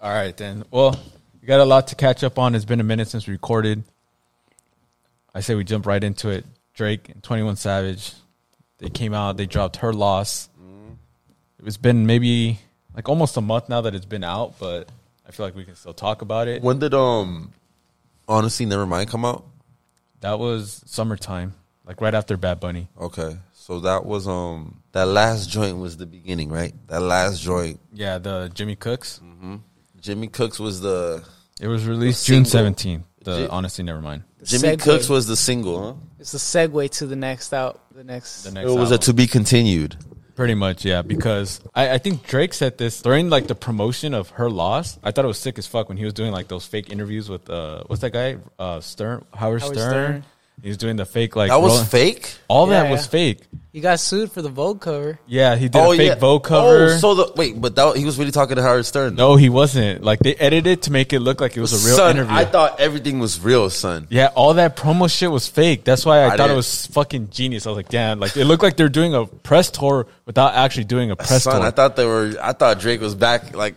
All right, then. Well, we got a lot to catch up on. It's been a minute since we recorded. I say we jump right into it. Drake and 21 Savage, they came out, they dropped her loss. It's been maybe like almost a month now that it's been out, but I feel like we can still talk about it. When did um, honestly, never mind come out? That was summertime, like right after Bad Bunny. Okay, so that was um, that last joint was the beginning, right? That last joint, Yeah, the Jimmy Cooks. Jimmy Cooks was the It was released June single. 17th. The Ji- Honestly Nevermind. Jimmy segue. Cooks was the single, It's the segue to the next out. The next. The huh? next It was a album. to be continued. Pretty much, yeah. Because I, I think Drake said this during like the promotion of her loss. I thought it was sick as fuck when he was doing like those fake interviews with uh what's that guy uh Stern Howard, Stern. Howard Stern. He was doing the fake like That rolling- was fake. All that Yeah, was yeah. fake. you got sued for the Vogue cover. Yeah, he did a fake Vogue cover. Oh, so the wait, but that, he was really talking to Howard Stern. no, he wasn't. Like they edited to make it look like it was a real son, interview. I thought everything was real, son. yeah, all that promo shit was fake. That's why I, I thought it didn't- was fucking genius. I was like, damn, like it looked like they're doing a press tour without actually doing a press Son, tour. I thought they were. I thought Drake was back, like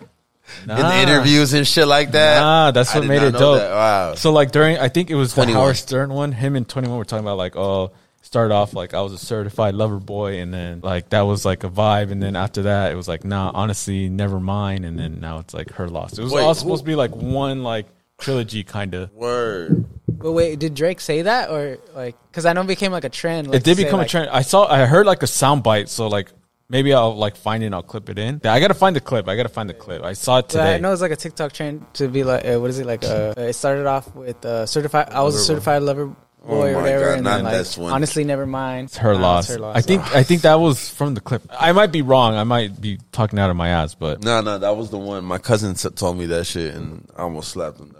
in Nah. the interviews and shit like that. Ah, that's I what did made not it know dope. that. Wow. So like during, I think it was the 21. Howard Stern one. Him and Twenty One were talking about like, oh, started off like I was a certified lover boy, and then like that was like a vibe, and then after that it was like, nah, honestly, never mind, and then now it's like her loss. It was Wait, all who- supposed to be like one like trilogy kind of. Word. But wait, did Drake say that or like? Because I know it became like a trend. Like, It did to say, become like, a trend. I saw, I heard like a sound bite, so like. Maybe I'll like find it. and I'll clip it in. I gotta find the clip. I gotta find the clip. I saw it but today. I know it's like a TikTok trend to be like, uh, what is it like? Uh, uh, it started off with uh, certified. I was a certified lover boy Oh my or whatever, God, and not then like, this one. honestly, never mind. It's her, Uh, loss. it's her loss. I think I think that was from the clip. I might be wrong. I might be talking out of my ass, but No, no, that was the one. My cousin s- told me that shit, and I almost slapped him.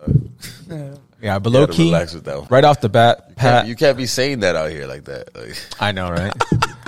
Though. yeah, but low gotta key, relax with that one. right off the bat, Pat. You can't be saying that out here like that. Like, I know, right?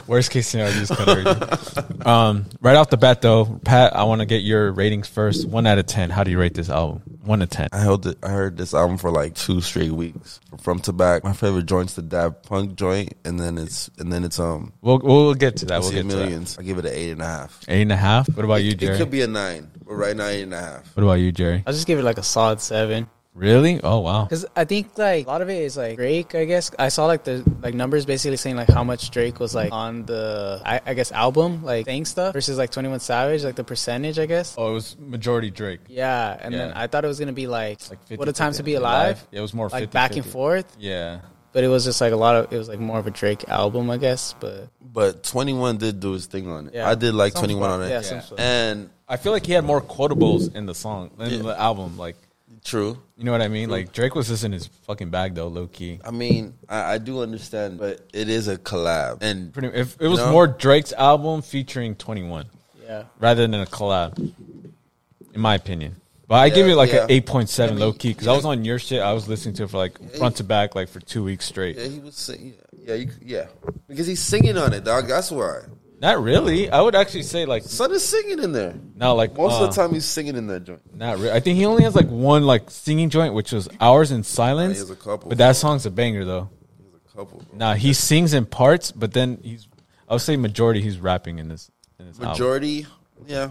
Worst case scenario, you just cut everything. um, right off the bat, though, Pat, I want to get your ratings first. One out of ten. How do you rate this album? One to ten. I held. It, I heard this album for like two straight weeks from Tobacco. My favorite joint's the Daft Punk joint, and then it's and then it's um. We'll we'll get to that. We'll see get to that. millions. I give it an eight and a half. Eight and a half. What about you, It Jerry? could be a nine, but right now eight and a half. what about you, Jerry? I'll just give it like a solid seven. Really? Oh wow. Because I think like a lot of it is like Drake. I guess I saw like the like numbers basically saying like how much Drake was like on the I, I guess album like saying stuff versus like Twenty One Savage like the percentage I guess. Oh, it was majority Drake. Yeah, and then Yeah. I thought it was gonna be like, Like 50, what a time to 50, be alive. alive. It was more like 50, back and 50. forth, Yeah. but it was just like a lot of it was like more of a Drake album I guess. But But twenty one did do his thing on it. Yeah. I did like Some twenty one stuff, on it. yeah, some stuff. And I feel like he had more quotables in the song in Yeah. the album. Like true. you know what I mean? Like Drake was just in his fucking bag though, low key. I mean, I, I do understand, but it is a collab, and Pretty, if it was No. more Drake's album featuring Twenty One yeah, rather than a collab, in my opinion. But I give Yeah, it like yeah. an eight point seven low key because I was on your shit. I was listening to it for like front to back, like for two weeks straight. yeah, he was singing. Yeah, you, yeah, because he's singing on it, dog. That's why. Not really. I would actually say like Son is singing in there. not like Most uh, of the time, he's singing in that joint. Not really. I think he only has like one like singing joint, which was "Hours in Silence." he has a couple. But that song's a banger though. He's a couple. Bro. Nah, he sings in parts, but then he's I would say majority he's rapping in this. In this album. Majority, yeah,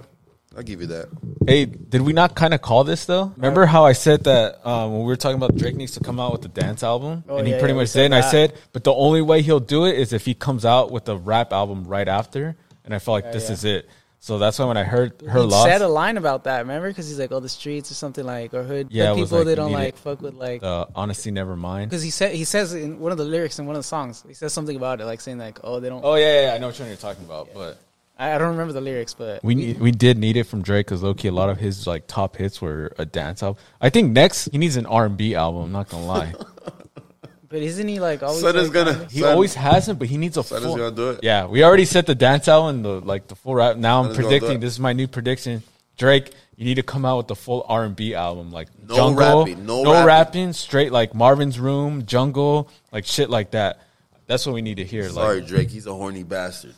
I'll give you that. Hey, did we not kind of call this though? Remember how I said that um, when we were talking about Drake needs to come out with a dance album, Oh, and he yeah, pretty yeah, we much said did. And I that. said, but the only way he'll do it is if he comes out with a rap album right after. And I felt like this yeah. is it. So that's why when I heard her he loss, said a line about that. Remember? Because he's like, oh, the streets or something like or hood. Yeah, Yeah, it was people like, that don't need it. like fuck with like. uh, honestly, never mind. because he said he says in one of the lyrics in one of the songs he says something about it like saying like oh they don't Oh yeah, yeah, yeah, I know which one you're talking about, but. I, I don't remember the lyrics but We need, we did need it from Drake because Loki. A lot of his like top hits were a dance album. I think next he needs an R and B album. I'm not gonna lie, but isn't he like always Son is like, gonna. he Son- always hasn't, but he needs a Son is full. gonna do it. Yeah, we already set the dance album, the like the full rap. Now I'm Son is gonna do predicting. it. This is my new prediction. Drake, you need to come out with the full R and B album, like No Jungle, rapping, no no rapping. rapping, straight like Marvin's Room, Jungle, like shit like that. That's what we need to hear. Sorry, Drake. He's a horny bastard.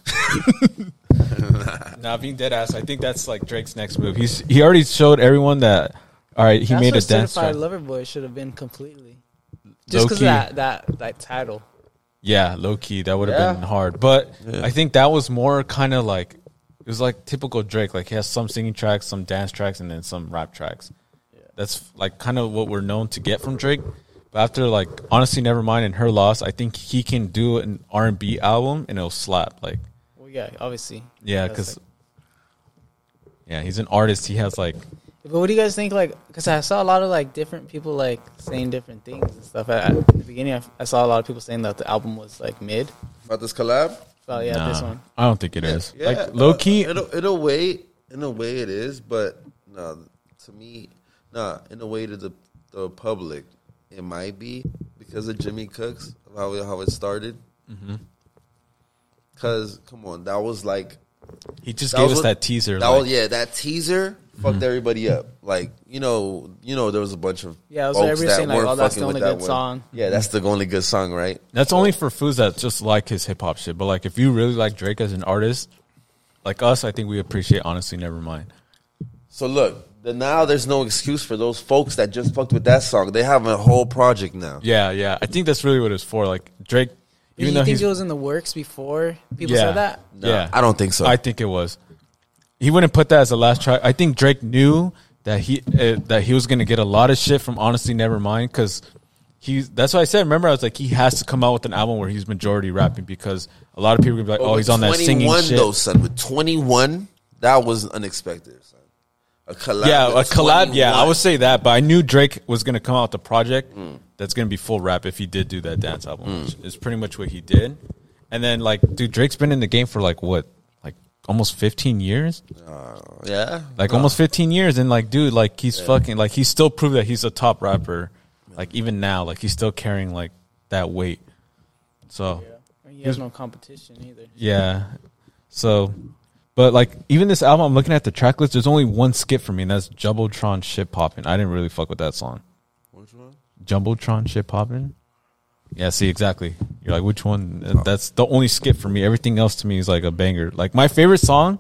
Like now, being dead ass, I think that's like Drake's next move. He's he already showed everyone that. All right, he That's made what a dance. certified track. lover boy should have been completely just because Low-key. that that that title Yeah, low key, that would have Yeah. been hard. But I think that was more kind of like it was like typical Drake. Like he has some singing tracks, some dance tracks, and then some rap tracks. That's like kind of what we're known to get from Drake. But after like honestly, never mind and her loss, I think he can do an R and B album and it'll slap. Like Well, yeah, obviously. yeah, That's, because like- yeah, he's an artist. He has like But what do you guys think? Like, because I saw a lot of like different people like saying different things and stuff. At, at the beginning, I, I saw a lot of people saying that the album was like mid. About this collab? But yeah, nah, this one. I don't think it is. Like low key, uh, in, a, in a way, in a way it is, but no, to me, nah, in a way to the the public, it might be because of Jimmy Cooks, of how it, how it started. Mm-hmm. Because come on, that was like he just gave was us that what- teaser. That like, Mm-hmm. was yeah, that teaser fucked everybody up. Like you know, you know, there was a bunch of Yeah, that's what folks everybody that saying, like, weren't oh, that's the fucking with only that good one. song. Yeah, that's the only good song, right? That's only for foods that just like his hip hop shit. But like, if you really like Drake as an artist, like us, I think we appreciate. Honestly, never mind. So look, the, now there's no excuse for those folks that just fucked with that song. They have a whole project now. Yeah, yeah. I think that's really what it's for. Like Drake, even Even you though think he's it was in the works before people yeah, said that? No, yeah, I don't think so. I think it was. He wouldn't put that as the last track. I think Drake knew that he uh, that he was gonna get a lot of shit from honestly Nevermind because he. That's why I said. Remember, I was like, he has to come out with an album where he's majority rapping because a lot of people are gonna be like, oh, he's on that singing 21 shit. though, son. With 21, that was unexpected, son. A collab. Yeah, with a collab. Yeah, I 21. would say that, but I knew Drake was gonna come out with a project that's gonna be full rap if he did do that dance album, which is pretty much what he did. And then like, dude, Drake's been in the game for like what, like almost fifteen years, Yeah. like almost fifteen years, and like, dude, like he's fucking like he still proved that he's a top rapper, like even now, like he's still carrying like that weight. So I mean, He has no competition either. yeah. So, but like even this album, I'm looking at the track list. There's only one skip for me, and that's Jumbotron shit popping. I didn't really fuck with that song. Which one? Jumbotron shit popping. Yeah, see exactly. You're like, which one? And Oh. That's the only skip for me. Everything else to me is like a banger. Like my favorite song.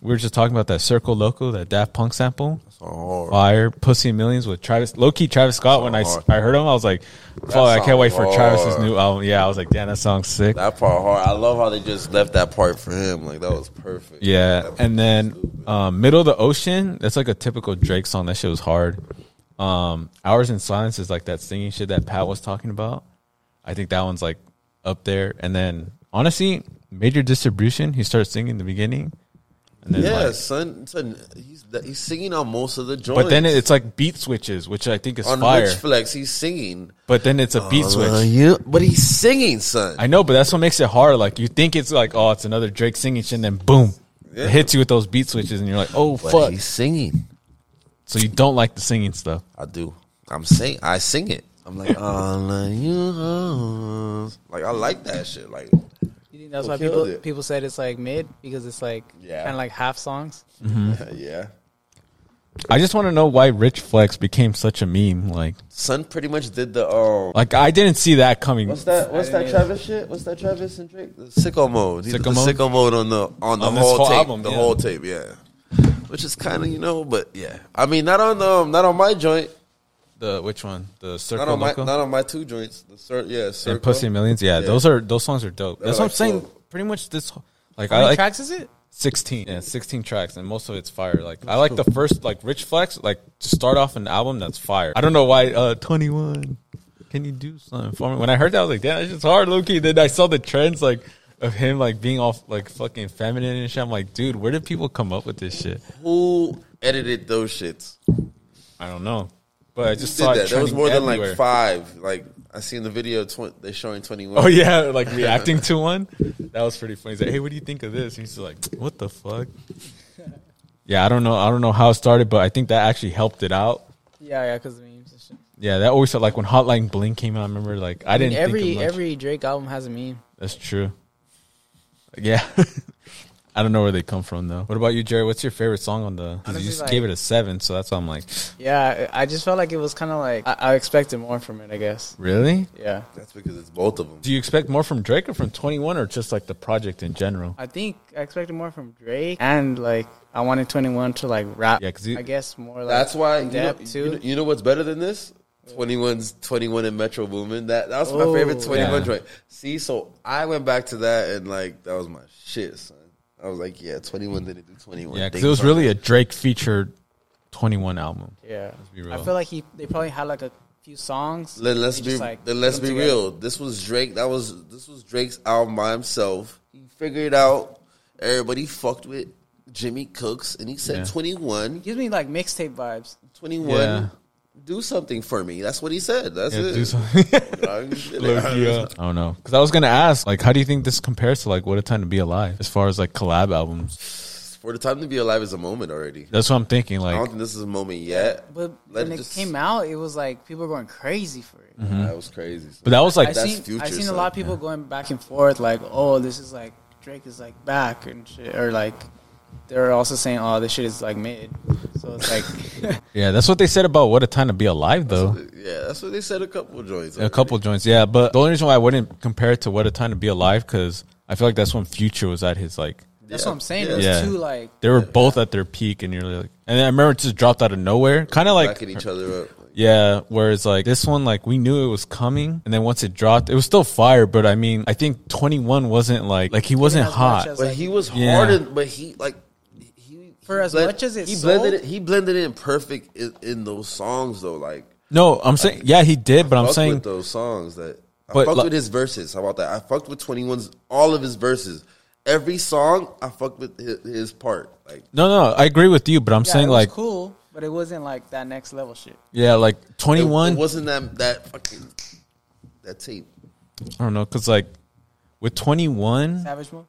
We were just talking about that Circle Loco, that Daft Punk sample, Oh, Fire, Pussy and Millions with Travis, low key Travis Scott. When I, s- hard. I heard him, I was like, "Fuck, I can't song wait for Travis's hard. new album." Yeah, I was like, "Damn, that song's sick." that part hard. I love how they just left that part for him. Like that was perfect. That Yeah, was and then stupid. um, Middle of the Ocean. That's like a typical Drake song. That shit was hard. Um, Hours in Silence is like that singing shit that Pat was talking about. I think that one's like up there. And then honestly, Major Distribution. He starts singing in the beginning, and then yeah, like, son, son. He's he's singing on most of the joints. but then it's like beat switches, which I think is on fire. Rich Flex, he's singing. but then it's a beat Uh, switch. yeah, but he's singing, son. I know, but that's what makes it hard. Like you think it's like, oh, it's another Drake singing shit, and then boom, Yeah. it hits you with those beat switches, and you're like, oh but fuck. he's singing. So you don't like the singing stuff. I do. I'm sing. I sing it. I'm like, all of you. Like I like that shit. Like, You think that's Who why killed people it? people said it's like mid because it's like Yeah. kind of like half songs. yeah. I just want to know why Rich Flex became such a meme. Like, Son pretty much did the um. like I didn't see that coming. What's that? What's I that didn't Travis shit? What's that Travis and Drake? The sicko mode. He did Sicko mode? The sicko mode on the on the On this whole, whole tape. album, the yeah. whole tape. Yeah. Which is kind of you know, but yeah. I mean, not on um, not on my joint. The which one? The Not Circle on my Loco not on my two joints. The cir- yeah, circle. and Pussy Millions. Yeah, Yeah. those are those songs are dope. They're That's what I'm like saying. cool. Pretty much this. whole- Like How I many like tracks is it? sixteen. Yeah, sixteen tracks, and most of it's fire. Like I like the first like Rich Flex. Like to start off an album that's fire. I don't know why. Uh, Twenty one. Can you do something for me? When I heard that, I was like, damn, that's just hard, Loki. Then I saw the trends like of him like being all like fucking feminine and shit. I'm like, dude, where did people come up with this shit? Who edited those shits? I don't know, but I just Did saw it that? There was trending more than everywhere. like five. Like I seen the video. Tw- they're showing twenty one. Oh yeah, like reacting to one. That was pretty funny. He's like, "Hey, what do you think of this?" And he's like, "What the fuck?" Yeah, I don't know. I don't know how it started, but I think that actually helped it out. Yeah, yeah, because memes. And shit. Yeah, that always felt like when Hotline Bling came out. I remember, like, I I mean, didn't think every of much. every Drake album has a meme. That's true. Yeah, I don't know where they come from though. What about you, Jerry? What's your favorite song on the? 'cause you Honestly, just like- gave it a seven, so that's why I'm like, Yeah, I I just felt like it was kind of like I, I expected more from it. I guess. really? Yeah, That's because it's both of them. Do you expect more from Drake or from Twenty One or just like the project in general? I think I expected more from Drake and like I wanted Twenty One to like rap. Yeah, 'cause you- I guess more. Like, That's why you know, depth you, too. know, you know what's better than this? 21's 21 and Metro Boomin. That that was my Oh, favorite 21 yeah. joint. See, so I went back to that and like that was my shit, son. I was like, yeah, 21 didn't do 21. Yeah, because They it was fucked really a Drake featured twenty one album. Yeah, be real. I feel like he they probably had like a few songs. Let, us He be just, like, then let's put them be together. real. This was Drake. That was this was Drake's album by himself. He figured out everybody fucked with Jimmy Cooks, and he said Yeah. 21, Gives me like mixtape vibes. 21, Yeah. do something for me. That's what he said. That's Yeah, it. do something. Low key, uh, Low I don't know. Because I was gonna ask, like, how do you think this compares to like "What a Time to Be Alive" as far as like collab albums? For the time to be alive is a moment already. That's what I'm thinking. I don't Like, think this is a moment yet. But Let when it it just- came out, it was like people were going crazy for it. That was crazy. Mm-hmm. but that was like, I that's seen future I seen a stuff. lot of people going back and forth like, oh, this is like Drake is like back and shit, or like they're also saying, oh, this shit is like mid. So it's like yeah, that's what they said about "What a Time to Be Alive," though. yeah, that's what they said. A couple joints. A couple joints, yeah. But the only reason why I wouldn't compare it to "What a Time to Be Alive" because I feel like that's when Future was at his like. that's Yeah. what I'm saying. Yeah. It was Yeah. too like They were both at their peak, and you're like, and then I remember it just dropped out of nowhere, kind of like backing each other up. Yeah, whereas like this one, like we knew it was coming, and then once it dropped, it was still fire. But I mean, I think Twenty One wasn't like like he wasn't as much hot. as- But he was Yeah. hard, in, but he like he For he as much as it he sold- blended it, he blended it in perfect in, in those songs though. Like no, I'm saying yeah, he did, but I'm fuck saying with those songs that I But fucked like- with his verses. How about that? I fucked with 21's all of his verses. Every song I fucked with his, his part. Like no, no, I agree with you, but I'm yeah, saying it was like cool, but it wasn't like that next level shit. yeah, like Twenty it, One. it wasn't that that fucking that tape. I don't know, cause like with Twenty One, Savage Mode.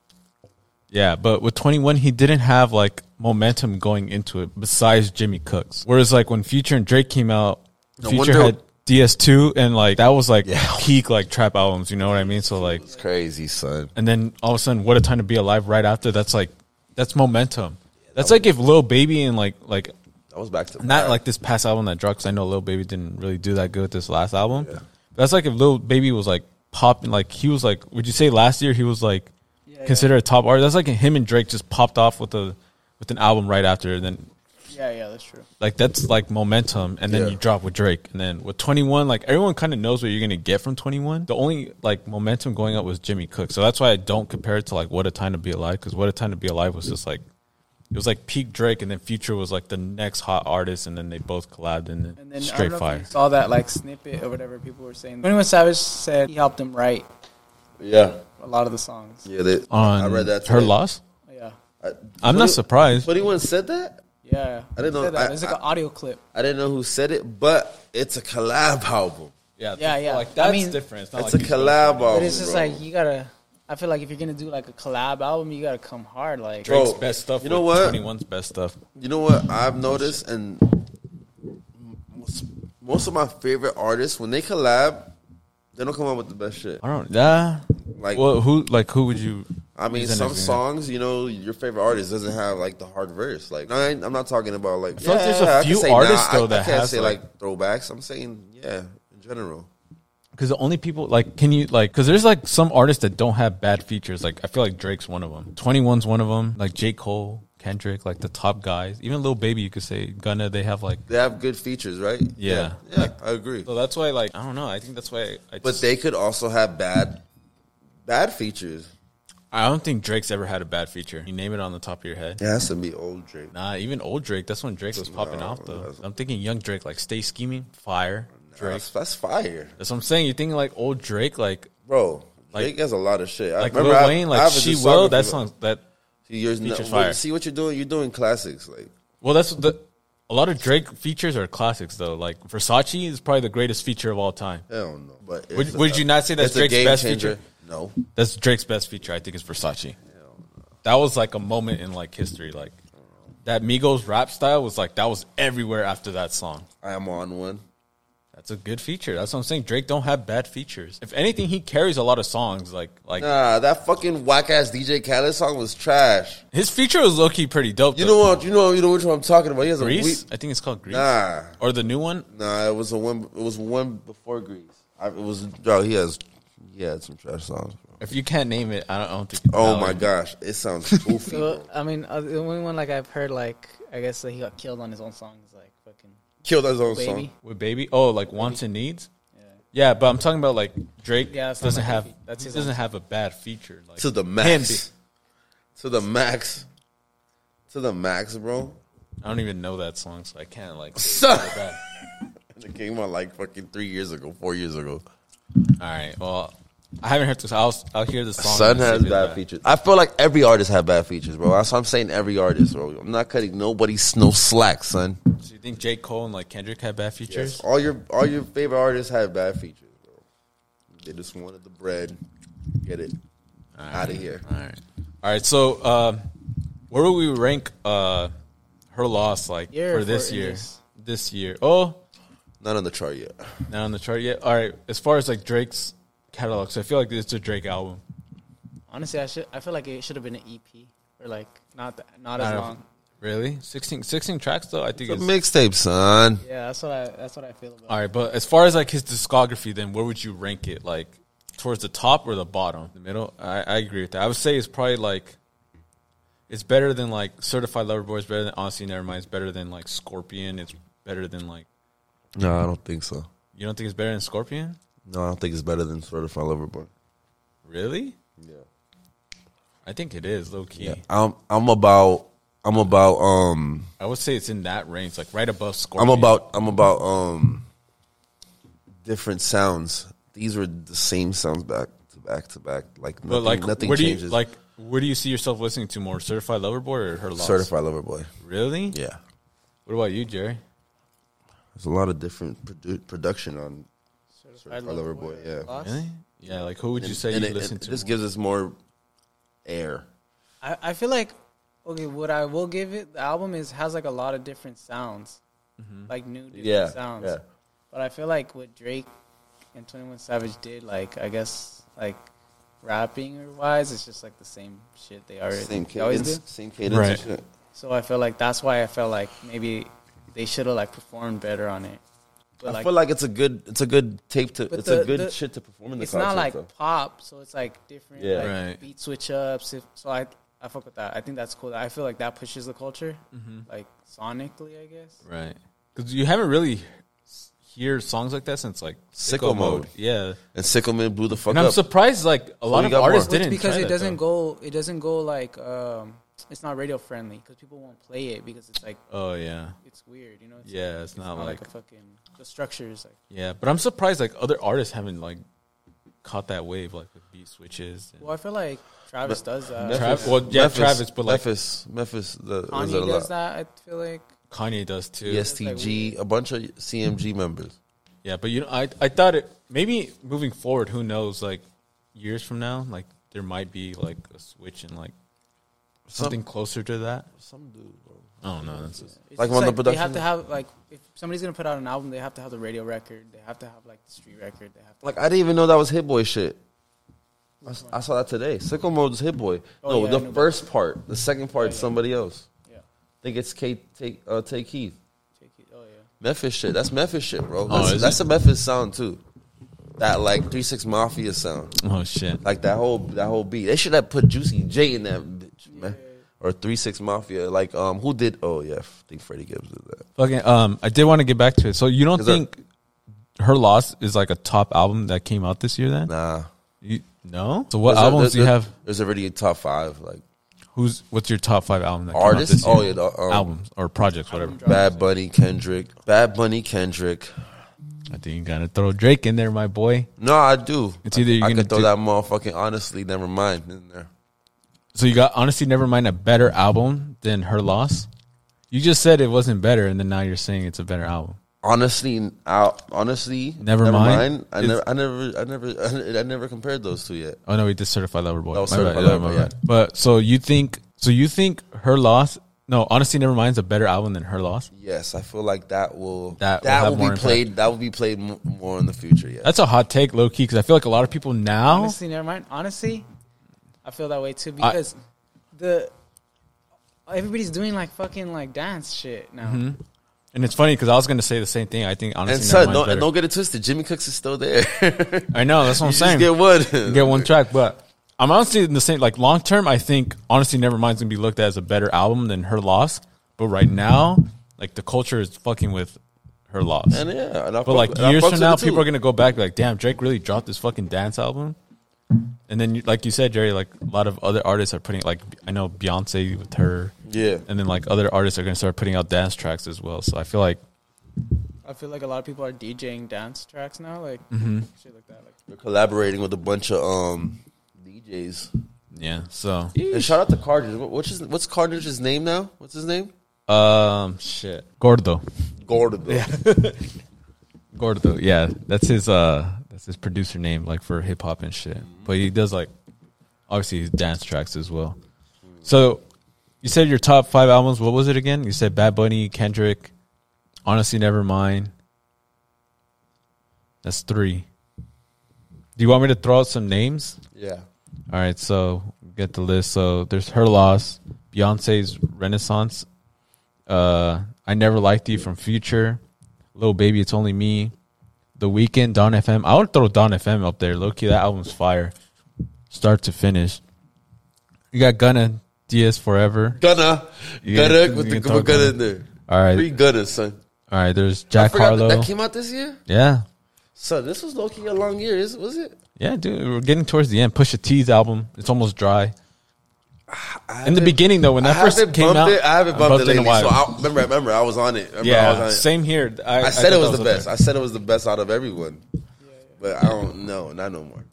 yeah, but with Twenty One, he didn't have like momentum going into it. Besides Jimmy Cooks, whereas like when Future and Drake came out, No Future had wonder- DS2, and like that was like peak like trap albums. You know what I mean? So like. It's crazy, son. and then all of a sudden, what a time to be alive! Right after, that's like that's momentum. That's like if Lil Baby and like like That was back to not back. like this past album that dropped. 'cause I know Lil Baby didn't really do that good with this last album. But that's like if Lil Baby was like popping, like he was like, would you say last year he was like Yeah, considered a top artist? That's like him and Drake just popped off with a with an album right after, and then Yeah, yeah, that's true. like that's like momentum and then Yeah. you drop with drake and then with 21 like everyone kind of knows what you're gonna get from 21 the only like momentum going up was jimmy cook so that's why i don't compare it to like what a time to be alive because what a time to be alive was just like it was like peak drake and then future was like the next hot artist and then they both collabed and then, And then I straight don't know if fire you saw that like snippet or whatever people were saying. Twenty One Savage said he helped him write yeah. a lot of the songs. Yeah, they, on I read that her today. loss Yeah, I- i'm not 20 surprised 21 said that? yeah. I didn't know- Said that. I- There's like an audio clip. I didn't know who said it, but it's a collab album. Yeah, yeah. like I that's mean, different it's, not It's like a you- collab album. But it's just bro. like you gotta. I feel like if you're gonna do like a collab album, you gotta come hard. Like Bro, Drake's best stuff You know with what? 21's best stuff You know what I've noticed, and most, most of my favorite artists when they collab, they don't come out with the best shit. i don't yeah Like well who like who would you I mean, use an some example? songs, you know, your favorite artist doesn't have like the hard verse. Like I ain't- I'm not talking about like. feel like there's a I can few say artists, nah, I- though, I that can't has, say like- like, throwbacks. I'm saying yeah, in general. Because the only people like, can you like? Because there's like some artists that don't have bad features. Like I feel like Drake's one of them. 21's one of them. Like J Cole, Kendrick, like the top guys. Even Lil Baby, you could say Gunna. They have like. They have good features, right? Yeah. yeah, I agree. So that's why, like, I don't know. I think that's why. I But just, they could also have bad, bad features. I don't think Drake's ever had a bad feature. You name it on the top of your head. It has to be old Drake. Nah, even old Drake. That's when Drake was popping No, off though. that's- I'm thinking young Drake, like Stay Scheming, Fire, Drake. That's, that's fire. That's what I'm saying. You think like old Drake, like Bro, Like- Drake has a lot of shit. I like remember Lil I- Wayne, I like have a She discography Will. That of- song that Yours no- features well, fire. See what you're doing? You're doing classics. Like Well, that's the a lot of Drake features are classics though. Like Versace is probably the greatest feature of all time. hell no. But it's Would- a- would you not say that's it's a Drake's game best changer. feature? No, That's Drake's best feature, I think, is Versace. That was like a moment in like history. Like that Migos rap style was like that was everywhere after that song. I am on one. That's a good feature. That's what I'm saying. Drake don't have bad features. If anything, he carries a lot of songs. Like like Nah, that fucking whack ass DJ Khaled song was trash. his feature was low key pretty dope. You though. know what? You know you know which one I'm talking about. He has Grease? a I think it's called Grease. we- nah Or the new one? nah. It was a one. It was one before Grease. I, it was bro. He has he had some trash songs. Bro. If you can't name it, I don't, I don't think. It's Oh my valid. gosh, it sounds goofy. So bro. I mean, uh, the only one like I've heard like I guess that he got killed on his own song is like fucking Killed his own song. baby. With baby? Oh, like wants and needs? Yeah. Yeah, but I'm talking about like Drake Yeah, that's not doesn't my have baby. That's he his doesn't own. have a bad feature like to the him max. To the max. To the max, bro. I don't even know that song, so I can't like. Son. that. It came out like fucking three years ago, four years ago. All right, well, I haven't heard this. I'll I'll hear the song. Sun and see has if it's bad features. I feel like every artist have bad features, bro. That's what I'm saying. Every artist, bro. I'm not cutting nobody's no slack, son. So you think J Cole and like Kendrick had bad features? Yes. All your all your favorite artists have bad features, bro. They just wanted the bread. Get it out of here. All right, all right. So, uh, where would we rank uh, her loss like Year for this for year? Indies. This year? Oh, Not on the chart yet. not on the chart yet. All right, as far as like Drake's catalog, so I feel like this is a Drake album. Honestly, I should. I feel like it should have been an EP or like not th- not I as don't- long. Really, 16, 16 tracks though. I think It's it's, a mixtape, son. Yeah, that's what I. That's what I feel about. all right. But as far as like his discography, then where would you rank it? Like towards the top or the bottom, the middle? I, I agree with that. I would say it's probably like it's better than like Certified Lover Boy. It's better than Honestly Nevermind. It's better than like Scorpion. It's better than like No, I don't think so. you don't think it's better than Scorpion? No, I don't think it's better than Certified Lover Boy. Really? Yeah. I think it is low key. Yeah. I'm I'm about I'm about um I would say it's in that range, like right above Scorpion. I'm about I'm about um different sounds. These were the same sounds back to back to back. Like but nothing, like nothing where changes. do you like where do you see yourself listening to more, Certified Lover Boy or Her Loss? Certified Lover Boy. Really? Yeah. What about you, Jerry? There's a lot of different produ- production on Certified Lover Boy, yeah. Lost. Really? Yeah, like who would you say you and it, listen it- to? This more? gives us more air. I, I feel like okay, what I will give it the album is has like a lot of different sounds, like new different Yeah, sounds. yeah. But I feel like what Drake and Twenty One Savage did, like I guess like rapping or wise, it's just like the same shit they already Same they always cadence, do. same cadence. Right. and shit. So I feel like that's why I felt like maybe they should have like performed better on it. But I like, feel like it's a good, it's a good tape to, But it's the- a good the- shit to perform in the it's concert. not like though. pop, so it's like different Yeah. like, Right. beat switch ups. If, so I I fuck with that. I think that's cool. I feel like that pushes the culture, like sonically, I guess. Mm-hmm. Right. Because you haven't really s- hear songs like that since like Sicko Mode. Yeah. and Sickleman blew the fuck And I'm up. surprised like a lot you of got artists more? Which- didn't because try it that, doesn't though. go. It doesn't go like um, it's not radio friendly because people won't play it because it's like Oh yeah. it's weird, you know. It's, Yeah, it's not not like, like a fucking the structure is like. yeah, but I'm surprised like other artists haven't like caught that wave like with beat switches. And Well, I feel like Travis does that. Trav- well, yeah, Memphis- Travis, but like Memphis, Memphis, the, does it a Kanye lot. does that. I feel like Kanye does too. The STG, a bunch of CMG members. Yeah, but you know, I I thought it maybe moving forward, who knows? Like years from now, like there might be like a switch and like something closer to that. Some dude, bro. I don't know. That's just, It's Like just on the They have production- to have like if somebody's gonna put out an album, they have to have the radio record. They have to have like the street record. They have to Like I didn't even know that was Hit Boy shit. I, s- I saw that today. Sickle Mode's Hit Boy. Oh, no, yeah, I the know. first part. The second part's somebody else. yeah. think it's Kate take uh take Keith. Take it. Oh yeah. Memphis shit. That's Memphis shit, bro. That's, is that's a Memphis sound too. That like three six mafia sound. oh shit! Like that whole that whole beat. They should have put Juicy J in that bitch, man. Or three six mafia. Like um who did oh yeah, I think Freddie Gibbs did that. Fucking um, I did want to get back to it. So you don't 'Cause I- think her loss is like a top album that came out this year? Then Nah. you, no. So what There's a- albums there's- do you have? There's already a top five, like Who's what's your top five album? That artists. Came out Oh this yeah, year? the, um, albums or projects, whatever. Bad Bunny Kendrick. Bad Bunny Kendrick. I think you gotta throw Drake in there, my boy. No, I do. It's either you're I gonna could throw do- that motherfucking honestly, never mind in there. So you got honestly, never mind a better album than her loss. You just said it wasn't better, and then now you're saying it's a better album. Honestly, I, honestly, Never mind. I never, I never, I never, I never, I never compared those two yet. Oh no, we did certified lover boy. Oh, My Certified bad, yeah, Lover my Boy, bad. But so you think? So you think her loss? No, honestly, never mind's a better album than her loss. Yes, I feel like that will That that, will have will, more be impact. played. That will be played m- more in the future. Yeah, That's a hot take, low key, because I feel like a lot of people now. Honestly, never mind. Honestly, I feel that way too because the everybody's doing like fucking like dance shit now. Mm-hmm. and it's funny because I was going to say the same thing. I think honestly, and son, never don't, mind's and better. don't get it twisted. Jimmy Cooks is still there. I know that's what I'm Just saying. get Get, one. one track, but I'm honestly in the same. Like long term, I think honestly, never mind's going to be looked at as a better album than her loss. But right now, like the culture is fucking with her loss. And yeah, and I But fuck- like and I years from fucks with now, it, too. people are gonna go back and be like, "Damn, Drake really dropped this fucking dance album," And then, you- like you said, Jerry, like a lot of other artists are putting, like I know Beyonce with her, Yeah. and then like other artists are gonna start putting out dance tracks as well. So I feel like I feel like a lot of people are DJing dance tracks now, like Mm-hmm. shit like that. Like, They're collaborating with a bunch of um DJs. yeah. So And shout out to Carnage. What- What's his, what's Carnage's name now? What's his name? um, shit, Gordo, Gordon. Gordo. Yeah, that's his uh, that's his producer name, like for hip hop and shit. But he does like obviously his dance tracks as well. So you said your top five albums. What was it again? You said Bad Bunny, Kendrick, Honestly Nevermind. That's three. Do you want me to throw out some names? Yeah. All right, so get the list. So there's her loss, Beyonce's Renaissance, uh, I never liked you from Future, Little Baby, it's only me, The Weekend, Don FM. I would throw Don FM up there. Low key, that album's fire, start to finish. You got Gunna, DS Forever. Gunna. You Gunna can- with you the can throw with Gunna Gunna. in there. All right, Free Gunna, son. all right. There's Jack Forgot that, Harlow. that came out this year? yeah, Son, this was low key a long year, is was it? yeah, dude. We're getting towards the end. Pusha T's album, it's almost dry. I In the haven't- beginning, though, when I that first haven't came bumped out, it. I haven't bumped, bumped it in a lately. while. So I remember, I remember, I was on it. Remember, I was on Yeah, it. same here. I, I I said thought it was that the up best. there. I said it was the best out of everyone. But I don't know, not no more.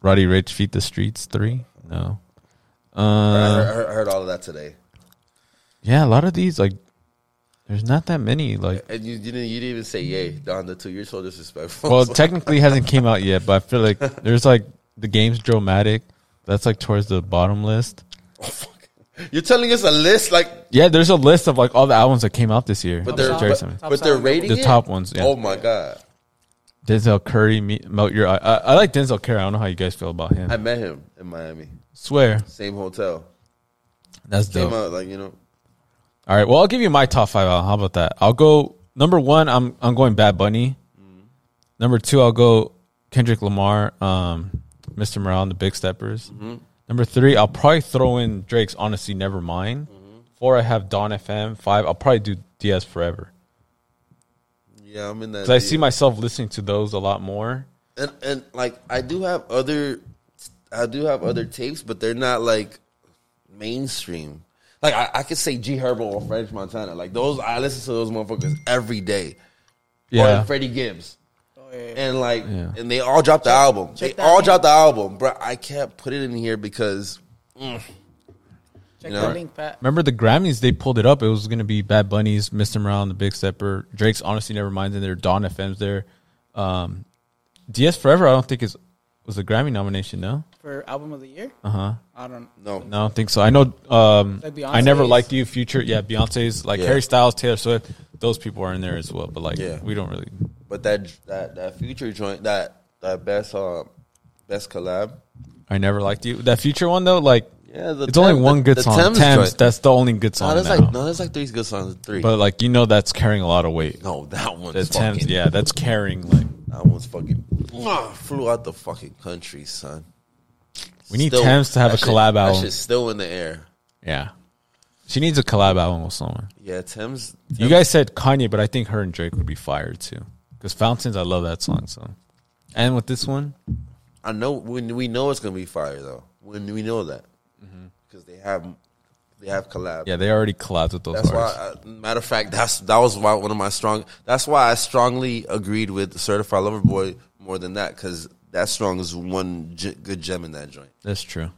Roddy Rich feet the streets three. No, I, uh, heard, I heard- I heard all of that today, yeah, a lot of these like, there's not that many like. and you, you didn't. You didn't even say yay, Don. The two. You're so disrespectful. Well, technically hasn't came out yet, but I feel like there's like the game's dramatic. That's like towards the bottom list. you're telling us a list like, Yeah, there's a list of like all the albums that came out this year. but they're Jerry but, Seinfeld. but they're rating the it? top ones. Yeah. Oh my god, Denzel Curry, me, melt your eye. I, I like Denzel Curry. I don't know how you guys feel about him. I met him in Miami, swear, same hotel. that's Came dope. out like you know. All right. Well, I'll give you my top five. Al. How about that? I'll go number one. I'm I'm going Bad Bunny. Number two, I'll go Kendrick Lamar, um, Mr. Morale, and the Big Steppers. Number three, I'll probably throw in Drake's Honestly Nevermind. Four, I have Don FM. Five, I'll probably do DS Forever Yeah, I'm in that. because I deal. see myself listening to those a lot more. and and like I do have other, I do have other tapes, but they're not like mainstream. Like I, I could say G Herbo or French Montana. Like those, I listen to those motherfuckers every day. Yeah. Or Freddie Gibbs, oh, yeah, yeah. and like, Yeah. and they all dropped the album. They that all link. dropped the album, bro. I can't put it in here because Check know- the link, Pat. Remember the Grammys? They pulled it up. It was going to be Bad Bunny's, Mr. Morale, and the Big Stepper. Drake's Honestly Nevermind in there. Don FM's there. Um, DS Forever, I don't think is was a Grammy nomination. No, For album of the year? uh huh. I don't no, No, I don't think so. I know. Um, Like I never Beyonce's? liked you. Future, yeah, Beyonce's, like Yeah. Harry Styles, Taylor Swift. Those people are in there as well. But like, Yeah. we don't really. But that that that future joint, that that best uh best collab. I never liked you. That Future one though, like, Yeah, the it's only Tem- one the- good the song. Thames Thames, joint. that's the only good No, song there's now. like no, there's like three good songs. Three. but like, you know, that's carrying a lot of weight. no, that one's The fucking. Thames, yeah, that's carrying like. That one's fucking Mwah, flew out the fucking country, son. We need Thames to have that a shit- collab That album. shit's still in the air. Yeah. She needs a collab album with someone. Yeah, Thames. You guys said Kanye, but I think her and Drake would be fired too. Because Fountains, I love that song. So, and with this one, I know when we know it's gonna be fire though. When we know that because they have they have collab. Mm-hmm. yeah, they already collabed with those That's artists. why. I, matter of fact, that's that was why one of my strong. That's why I strongly agreed with Certified Lover Boy more than that because that strong is one ge- good gem in that joint. That's true.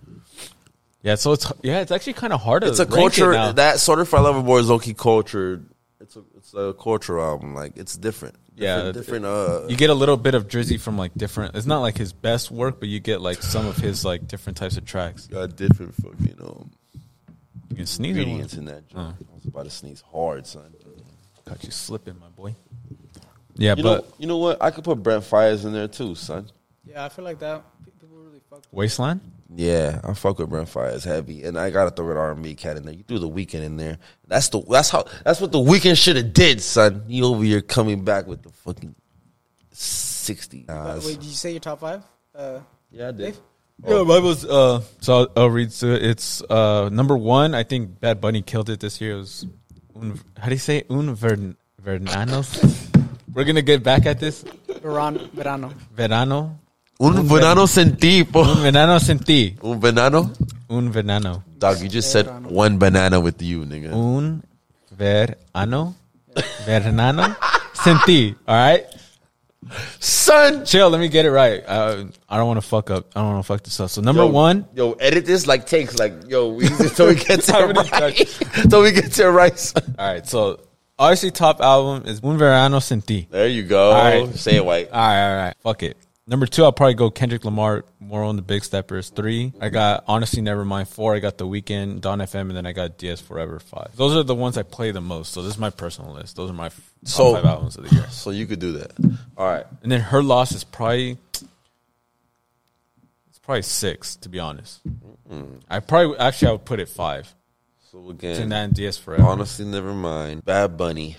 Yeah, so it's yeah, it's actually kind of hard to. It's a rank it culture now. that Certified Lover Boy is low-key culture. It's a it's a culture album. Like it's different. Yeah, different. different uh, you get a little bit of Drizzy from like different. It's not like his best work, but you get like some of his like different types of tracks. got different fucking um, You can sneeze. in one. ingredients in that drink. I was about to sneeze hard, son. Got you slipping, my boy. Yeah, You but know, you know what? I could put Brent Fires in there too, son. Yeah, I feel like that. People really fuck. waistline. Yeah, I fuck with Brent Fires heavy, and I gotta throw an R and B cat in there. You threw the weekend in there. That's the that's how that's what the weekend should have did, son. You over here coming back with the fucking sixty. Nah, Wait, did you say your top five? Uh, yeah, I Dave? Yeah, mine was. Uh, so I'll, I'll read through it. It's uh, number one. I think Bad Bunny killed it this year. It was un, how do you say it? un vern, vernanos? We're gonna get back at this Verano. Verano. verano. Un venano sin ti, Un po. venano sin ti. Un venano? Un venano. Dog, you just said one banana with you, nigga. Un verano. Vernano. sin ti. All right? Son! Chill. Let me get it right. Uh, I don't want to fuck up. I don't want to fuck this up. So, number Yo, one. Yo, edit this like takes like yo, we so we get to Time it and right. so we get to it right. son. All right. So, obviously, top album is Un verano sin ti. There you go. All right. Say it white. All right, all right. Fuck it. Number two, I'll probably go Kendrick Lamar, Moral and the Big Steppers. Three, I got Honestly Nevermind. Four, I got The Weeknd, Don FM, and then I got DS Forever. Five. Those are the ones I play the most. So this is my personal list. Those are my f- top So- five albums of the year. So you could do that. All right. And then Her Loss is probably it's probably six, to be honest. I probably actually I would put it five. So And again, then DS Forever. honestly, never mind. Bad Bunny.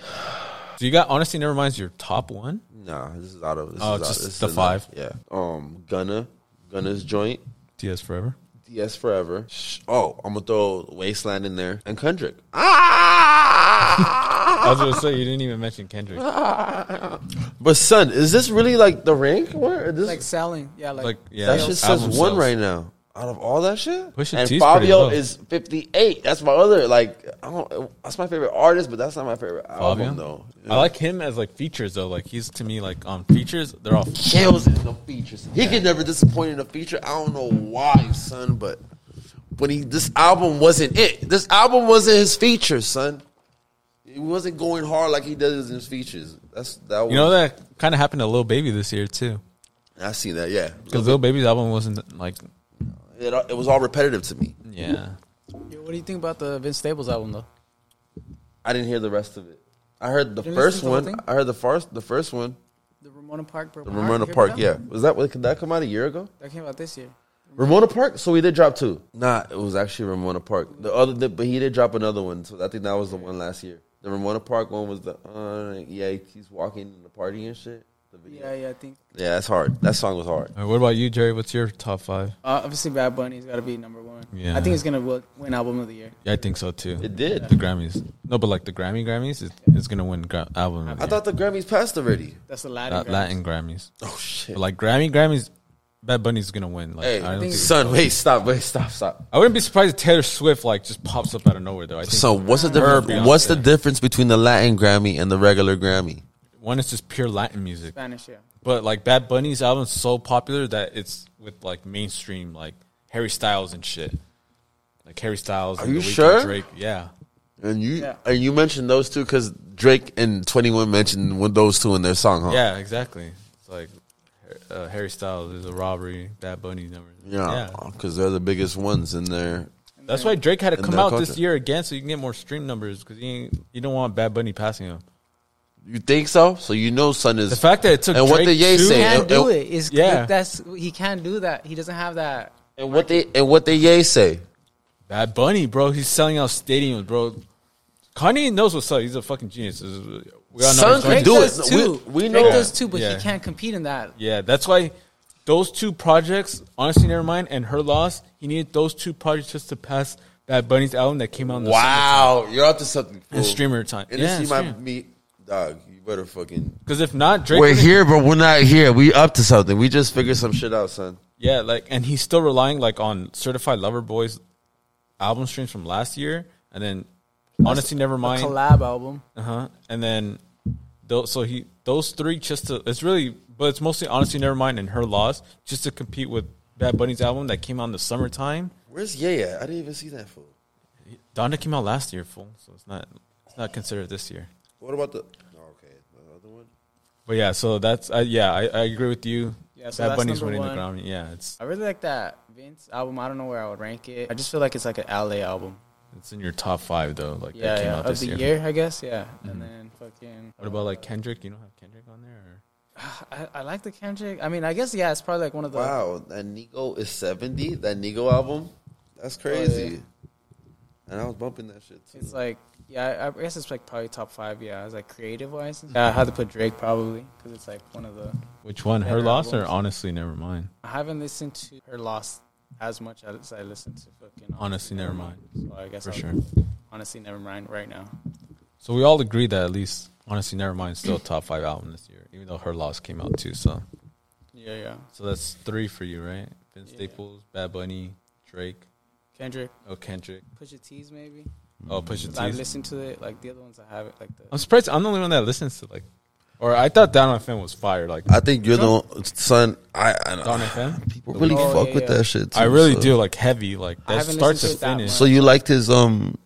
so you got Honestly Nevermind's your top one? Nah, this is out of this. Oh, is out, just this is the enough. five. Yeah. Um, Gunna, Gunna's joint. DS Forever. DS Forever. Sh- Oh, I'm gonna throw Wasteland in there and Kendrick. Ah! I was gonna say you didn't even mention Kendrick. but son, is this really like the rank? Where this Like selling, yeah, like, Like yeah, That shit says album one sales. right now. Out of all that shit, Pusha and T's pretty Fabio low. is fifty eight. That's my other like. I don't, that's my favorite artist, but that's not my favorite album though. I like him as like features though. Like he's to me like on features, they're all Kills in the features. He can never disappoint in a feature. I don't know why, son, but when he this album wasn't it. This album wasn't his features, son. He wasn't going hard like he does in his features. That's that. Was, you know that kind of happened to Lil Baby this year too. I see that. Yeah, Because Lil Baby's album wasn't like it, it was all repetitive to me. yeah. Yo, what do you think about the Vince Staples album though? I didn't hear the rest of it. I heard the Didn't you first listen to the whole one. thing? I heard the first the first one. The Ramona Park Purple Heart, Ramona you heard Park, that? yeah. Was that did that come out a year ago? that came out this year. Ramona Park. So we did drop two. Nah, it was actually Ramona Park. The other, but he did drop another one. So I think that was the one last year. The Ramona Park one was the uh, yeah, he's walking in the party and shit. The video. Yeah, yeah, I think Yeah, that's hard. That song was hard. All right, what about you, Jerry? What's your top five? uh, obviously Bad Bunny's got to be number one. Yeah. I think he's gonna wi- win album of the year. Yeah, I think so too. It did. the Grammys. No, but like the Grammy Grammys is, is gonna win gra- album. of the I year. thought the Grammys passed already. That's the Latin. Not Grammys. Latin Grammys. Oh shit. But like Grammy Grammys, Bad Bunny's gonna win. Like Hey, I don't think- think. son, wait, stop, wait, stop, stop. I wouldn't be surprised if Taylor Swift like just pops up out of nowhere though. I think So what's the Beyonce. difference? What's the difference between the Latin Grammy and the regular Grammy? one is just pure Latin music. Spanish, yeah. But like Bad Bunny's album's so popular that it's with like mainstream like Harry Styles and shit. Like Harry Styles. and you The Weeknd, sure? Drake. Yeah. And you Yeah. and you mentioned those two because Drake and Twenty One mentioned one- those two in their song, huh? Yeah. Exactly. It's like uh, Harry Styles is a robbery. Bad Bunny number. yeah, because they're the biggest ones in there. That's why Drake had to And come their out this culture. year again so you can get more stream numbers because you ain't, you don't want Bad Bunny passing him. You think so? So you know, son is The fact that it took and what Drake the Ye two- say, Can't and, do and, it. Is Yeah. that's he can't do that. He doesn't have that. and what they and what the Ye say. Bad Bunny, bro, he's selling out stadiums, bro. Kanye knows what's up. He's a fucking genius. This is- We all know Son he's like- could Drake do does it. too. We- we Drake know- does too, but Yeah. he can't compete in that. Yeah, that's why those two projects, honestly, never mind, and her loss, he needed those two projects just to pass Bad Bunny's album that came out in the Wow, you're up to something. summertime. and streamer time. And yeah, yeah, you might meet dog. You better fucking. because if not, Drake. We're would've- here, but we're not here. We up to something. We just figured some shit out, son. Yeah, like, and he's still relying like on Certified Lover Boys album streams from last year, and then honestly, never mind. collab album. Uh huh. And then, those, so he those three just to it's really, but it's mostly honestly never mind and her loss just to compete with Bad Bunny's album that came out in the summertime. Where's Ye at? I didn't even see that fool. Donda came out last year, fool. So it's not it's not considered this year. What about the? Oh, okay, the other one. But yeah, so that's uh, yeah, I, I agree with you. Yeah, so Bad that's Bunny's number winning the one. ground. Yeah, it's I really like that Vince album. I don't know where I would rank it. I just feel like it's like an LA album. it's in your top five though. Like Yeah, that came yeah. out of this the year. year. I guess. Yeah, and then fucking. What about like Kendrick? You don't have Kendrick on there. Or? I, I like the Kendrick. I mean, I guess yeah, it's probably like one of the. Wow, that Nico is 70? That Nico album? That's crazy. And I was bumping that shit too. It's like yeah, I I guess it's like probably top five. Yeah, it's like creative wise. Mm-hmm. Yeah, I had to put Drake probably because it's like one of the. Which one? Her Better loss or albums. honestly never mind. I haven't listened to her lost as much as I listened to fucking Honestly, never mind. So I guess For I'll- sure. Honestly, never mind. Right now, So we all agree that at least honestly never mind still a top five album this year, even though her loss came out too. So Yeah, yeah. So that's three for you, right? Vince Yeah. Staples, Bad Bunny, Drake, Kendrick, oh Kendrick, Pusha T's maybe. oh Pusha Oh, I've T. listened to it. Like the other ones, I haven't. Like the I'm surprised I'm the only one that listens to like, or I thought Down on Film was fire. Like I think you're the on- son. I, I Down FM, people really Oh, fuck yeah, with yeah. that shit. Too, I really so. do like heavy, like I that haven't start to listened to it that finish. So you liked his um,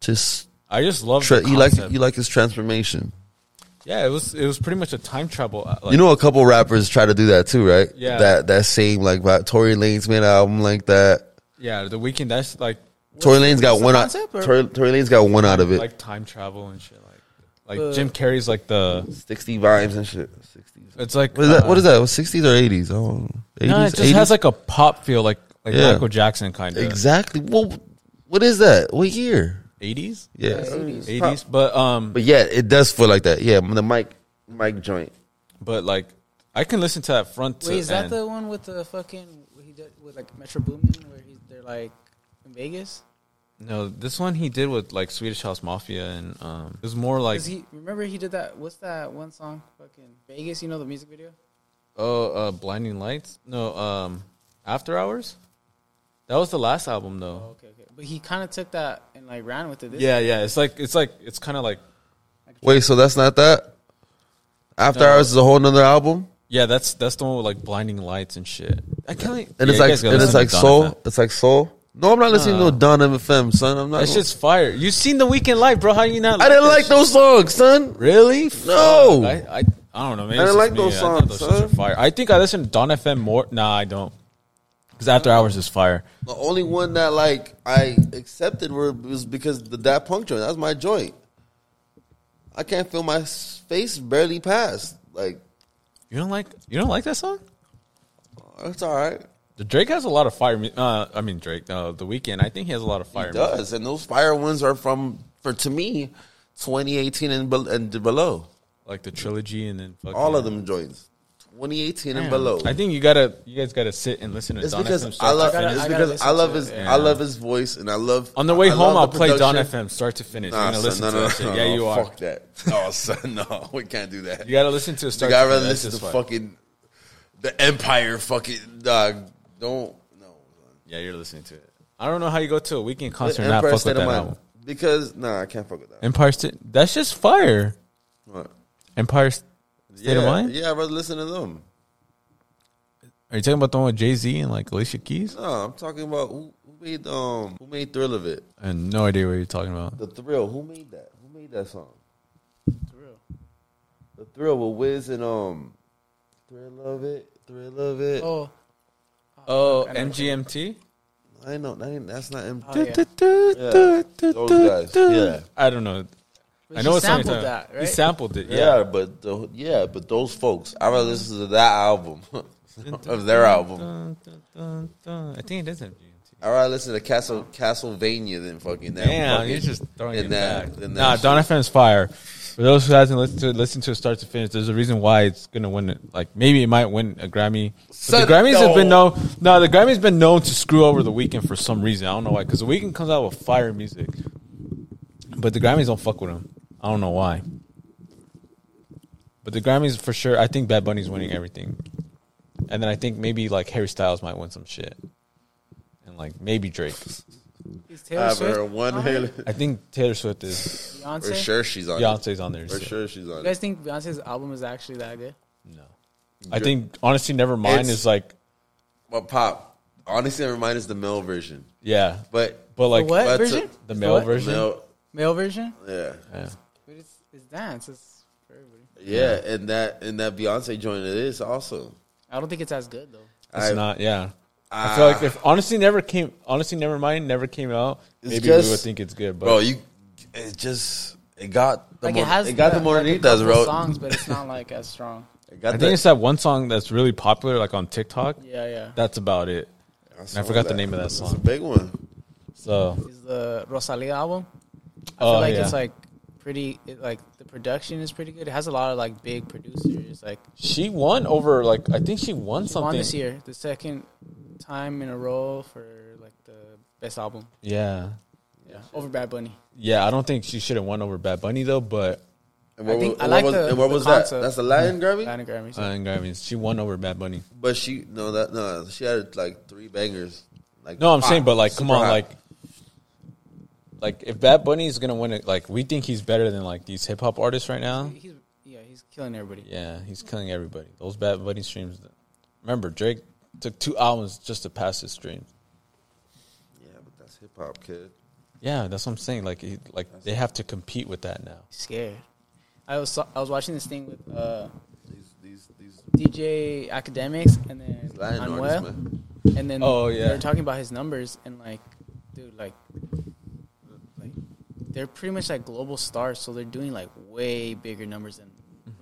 just I just love tra- the you like concept. you like his transformation. yeah, it was it was pretty much a time travel. uh, Like, you know, a couple rappers try to do that too, right? Yeah. That that same like about Tory Lanez made an album like that. yeah, the weekend. That's like Tory Lanez got the one out. concept, or- Tory, Tory Lanez got one out of it. like time travel and shit. Like like Uh, Jim Carrey's like the sixty vibes and shit. Sixties. it's like What is that? uh, What is that? Sixties or eighties? Oh, eighties. No, it just has like a pop feel, like like Yeah. Michael Jackson kind of exactly. Well, what is that? What year? eighties, Yeah. Yeah, 80s. eighties. But um, But yeah, it does feel like that. Yeah, the mic, mic joint. but like I can listen to that front. to Wait, is that end. the one with the fucking where he did with like Metro Boomin where he, they're like in Vegas? no? This one he did with like Swedish House Mafia, and um, it was more like 'Cause he remember he did that. What's that one song? Fucking Vegas. You know the music video. oh, uh, Blinding Lights. No, um, After Hours. That was the last album though. Okay, okay. But he kind of took that and like ran with it. This Yeah, yeah. It's like it's like it's kind of like Wait, so that's not that. After No. Hours is a whole nother album, yeah. That's that's the one with like Blinding Lights and shit. I can't. like- and Yeah, you guys it's like gotta and it's listen like to Don soul. FM. It's like soul. No, I'm not listening Nah. to Don FM, son. I'm not. That's just fire. You seen the weekend live, bro? How you not? I didn't that like shit? those songs, son. Really? No. Fuck, I, I, I don't know. Maybe I it's just don't like me. those I songs, thought those songs son. are fire. I think I listen to Don FM more. Nah, I don't. Because After Hours is fire. The only one that like I accepted were, was because the that punk joint. That was my joint. I can't feel my s- face barely past. Like You don't like you don't like that song? it's all right. The Drake has a lot of fire. mu- Uh, I mean Drake. Uh, the weekend. I think he has a lot of fire. It music. does, and those fire ones are from for to me, 2018 and bel- and below. Like the trilogy and then fucking, All of them joints, 2018 and Damn. below. I think you gotta you guys gotta sit and listen to It's Don because FM. I start to love. finish. it's I gotta because listen I love to it, his. yeah. I love his voice, and I love. On the way I home, I'll love the play Don production. FM start to finish. Nah, You're gonna son, listen no, to no, that shit. no, yeah, no, you are. Fuck that. No, son, no, we can't do that. You gotta listen to a The start. guy to rather finish. That's listen to just fire. fucking the Empire fucking dog. Don't no. Yeah, you're listening to it. I don't know how you go to a weekend The concert and not fuck with that album. Because nah, I can't fuck with that. Empire State. That's just fire. What? Empire State Yeah, of Mind. yeah, I'd rather listen to them. Are you talking about the one with Jay Z and like Alicia Keys? No, I'm talking about who, who made um who made Thrill of it. I have no idea what you're talking about. The Thrill. Who made that? Who made that song? It's real. The Thrill with Wiz and um Thrill of it. Thrill of it. Oh, Oh, I know. MGMT. I know. That ain't, that's not him. oh yeah. Yeah, those guys. Yeah. I don't know. But I he know what song you're sampled talking about. that, He right? sampled it. Yeah, Yeah. but the, yeah, but those folks, I rather listen to that album of their album. Dun, dun, dun, dun. I think it is MGMT. I rather listen to Castle Castlevania than fucking that. Damn, fucking, you're just throwing in it that- back. in that Nah, shit. Don FM's fire. For those who hasn't listened to it, listen to it start to finish. There's a reason why it's gonna win. It. Like maybe it might win a Grammy. But Son, the Grammys have been no. known. No, the Grammys been known to screw over the weekend for some reason. I don't know why. Because the weekend comes out with fire music, but the Grammys don't fuck with him. I don't know why. But the Grammys for sure. I think Bad Bunny's winning everything, and then I think maybe like Harry Styles might win some shit, and like maybe Drake. Is I Taylor haven't Swift heard one on Haley. it? I think Taylor Swift is. Beyonce. For sure, she's on. it. Beyonce's on there. For so- sure, she's You on. it. guys think Beyonce's album is actually that good? No. I think honestly, never mind It's- is like But pop, honestly, never mind. Is the male version, yeah, but but like the what that's version? the male what? version. male, Male version? yeah, Yeah. But it's it's dance. It's for everybody. yeah, and that and that Beyonce joint it is also. I don't think it's as good though. It's I- Ah. not. Yeah. I feel like if honestly never came, honestly never mind never came out, It's maybe just- we would think it's good. But bro, you it just it got the Like more, it has got the, the- more like a Nita's, couple bro. songs, but it's not like as strong. It I got think the- it's that one song that's really popular, like on TikTok. Yeah, yeah. That's about it. saw And I forgot the that. name of that It's a song. big one. So Is the Rosalia album? I feel oh like yeah, it's like pretty. It, like the production is pretty good. It has a lot of like big producers. Like she won over like I think she won Something. won something. this year, the second time in a row for like the best album. yeah, Yeah, over Bad Bunny. yeah. I don't think she should have won over Bad Bunny though, but And what, I think was- I like what was, the, and what the was that? concept. That's the Latin Grammy. Latin Grammys. Lion Grammys. She won over Bad Bunny. But she no that no she had like three bangers. Like No, I'm hot, saying, but like, come super on, hot. like, like if Bad Bunny is gonna win it, like we think he's better than like these hip hop artists right now. he's yeah, he's killing everybody. Yeah, he's killing everybody. Those Bad Bunny streams. Remember, Drake took two albums just to pass his streams. yeah, but that's hip hop kid. Yeah, that's what I'm saying. Like, he, like they have to compete with that now. Scared. I was I was watching this thing with uh, These these these DJ Academics and then Latin Manuel, artists, man. and then Oh, yeah. they're talking about his numbers and like, dude, like, like they're pretty much like global stars, so they're doing like way bigger numbers than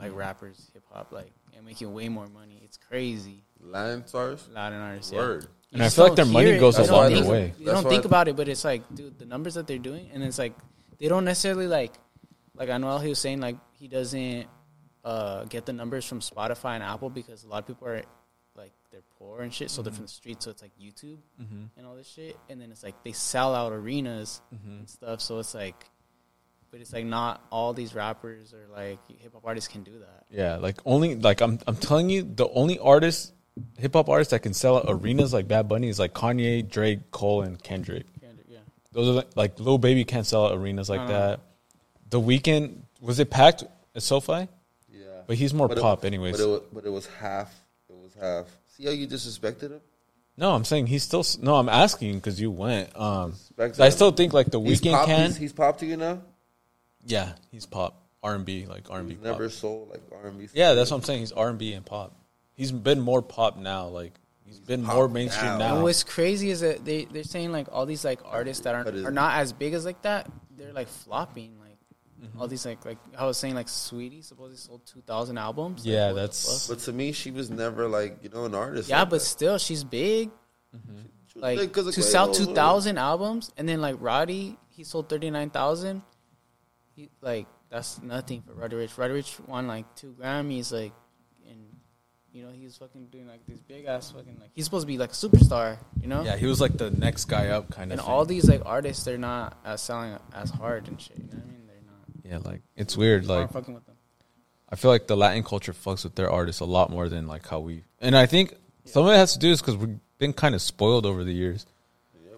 like rappers, hip hop, like, and making way more money. It's crazy. Latin stars. Latin artists, Word. Yeah. And You I just feel like don't their money hear it. goes a You don't longer think- way. You That's don't why think I- about it, but it's like, dude, the numbers that they're doing, and it's like they don't necessarily like, like Anuel, he was saying like he doesn't uh, get the numbers from Spotify and Apple because a lot of people are like they're poor and shit, so Mm-hmm. they're from the streets, so it's like YouTube and all this shit, and then it's like they sell out arenas Mm-hmm. and stuff, so it's like, but it's like not all these rappers or like hip hop artists can do that. Yeah, like only like I'm I'm telling you, the only artist, hip hop artist that can sell out arenas like Bad Bunny is like Kanye, Drake, Cole, and Kendrick. Can't do- Yeah. Those are like, like Lil Baby can't sell out arenas like that. The weekend was it packed at SoFi? Yeah, But he's more it- pop anyways. But it, was, but it was half. It was half. See how you disrespected him? No, I'm saying he's still s- no. I'm asking because you went. Um, Respect I him. still think like the He's weekend pop, can. He's, he's pop to you now. yeah, he's pop R and B like R and B. He's never pop. sold like R and B. Yeah, that's what I'm saying. He's R and B and pop. He's been more pop now. Like he's been more mainstream now. now. And what's crazy is that they they're saying like all these like artists that That is- aren't are not as big as like that. They're like flopping. Like all these like like I was saying like Sweetie supposedly sold two thousand albums. Like, Yeah, what the that's- fuck? But to me, she was never like you know an artist. yeah, like but that. still she's big. She was big Like 'cause of to Quavo, sell little- two thousand albums and then like Roddy he sold thirty nine thousand. He like that's nothing for Roddy Rich. Roddy Rich won like two Grammys like and. You know, he's fucking doing like these big ass fucking like he's supposed to be like a superstar, you know? Yeah, he was like the next guy up kind of. and thing. all these like artists, they're not as selling as hard and shit. You know what I mean? They're not. yeah, like it's weird. Like, Like fucking with them. I feel like the Latin culture fucks with their artists a lot more than like how we. And I think some of it has to do is because we've been kind of spoiled over the years.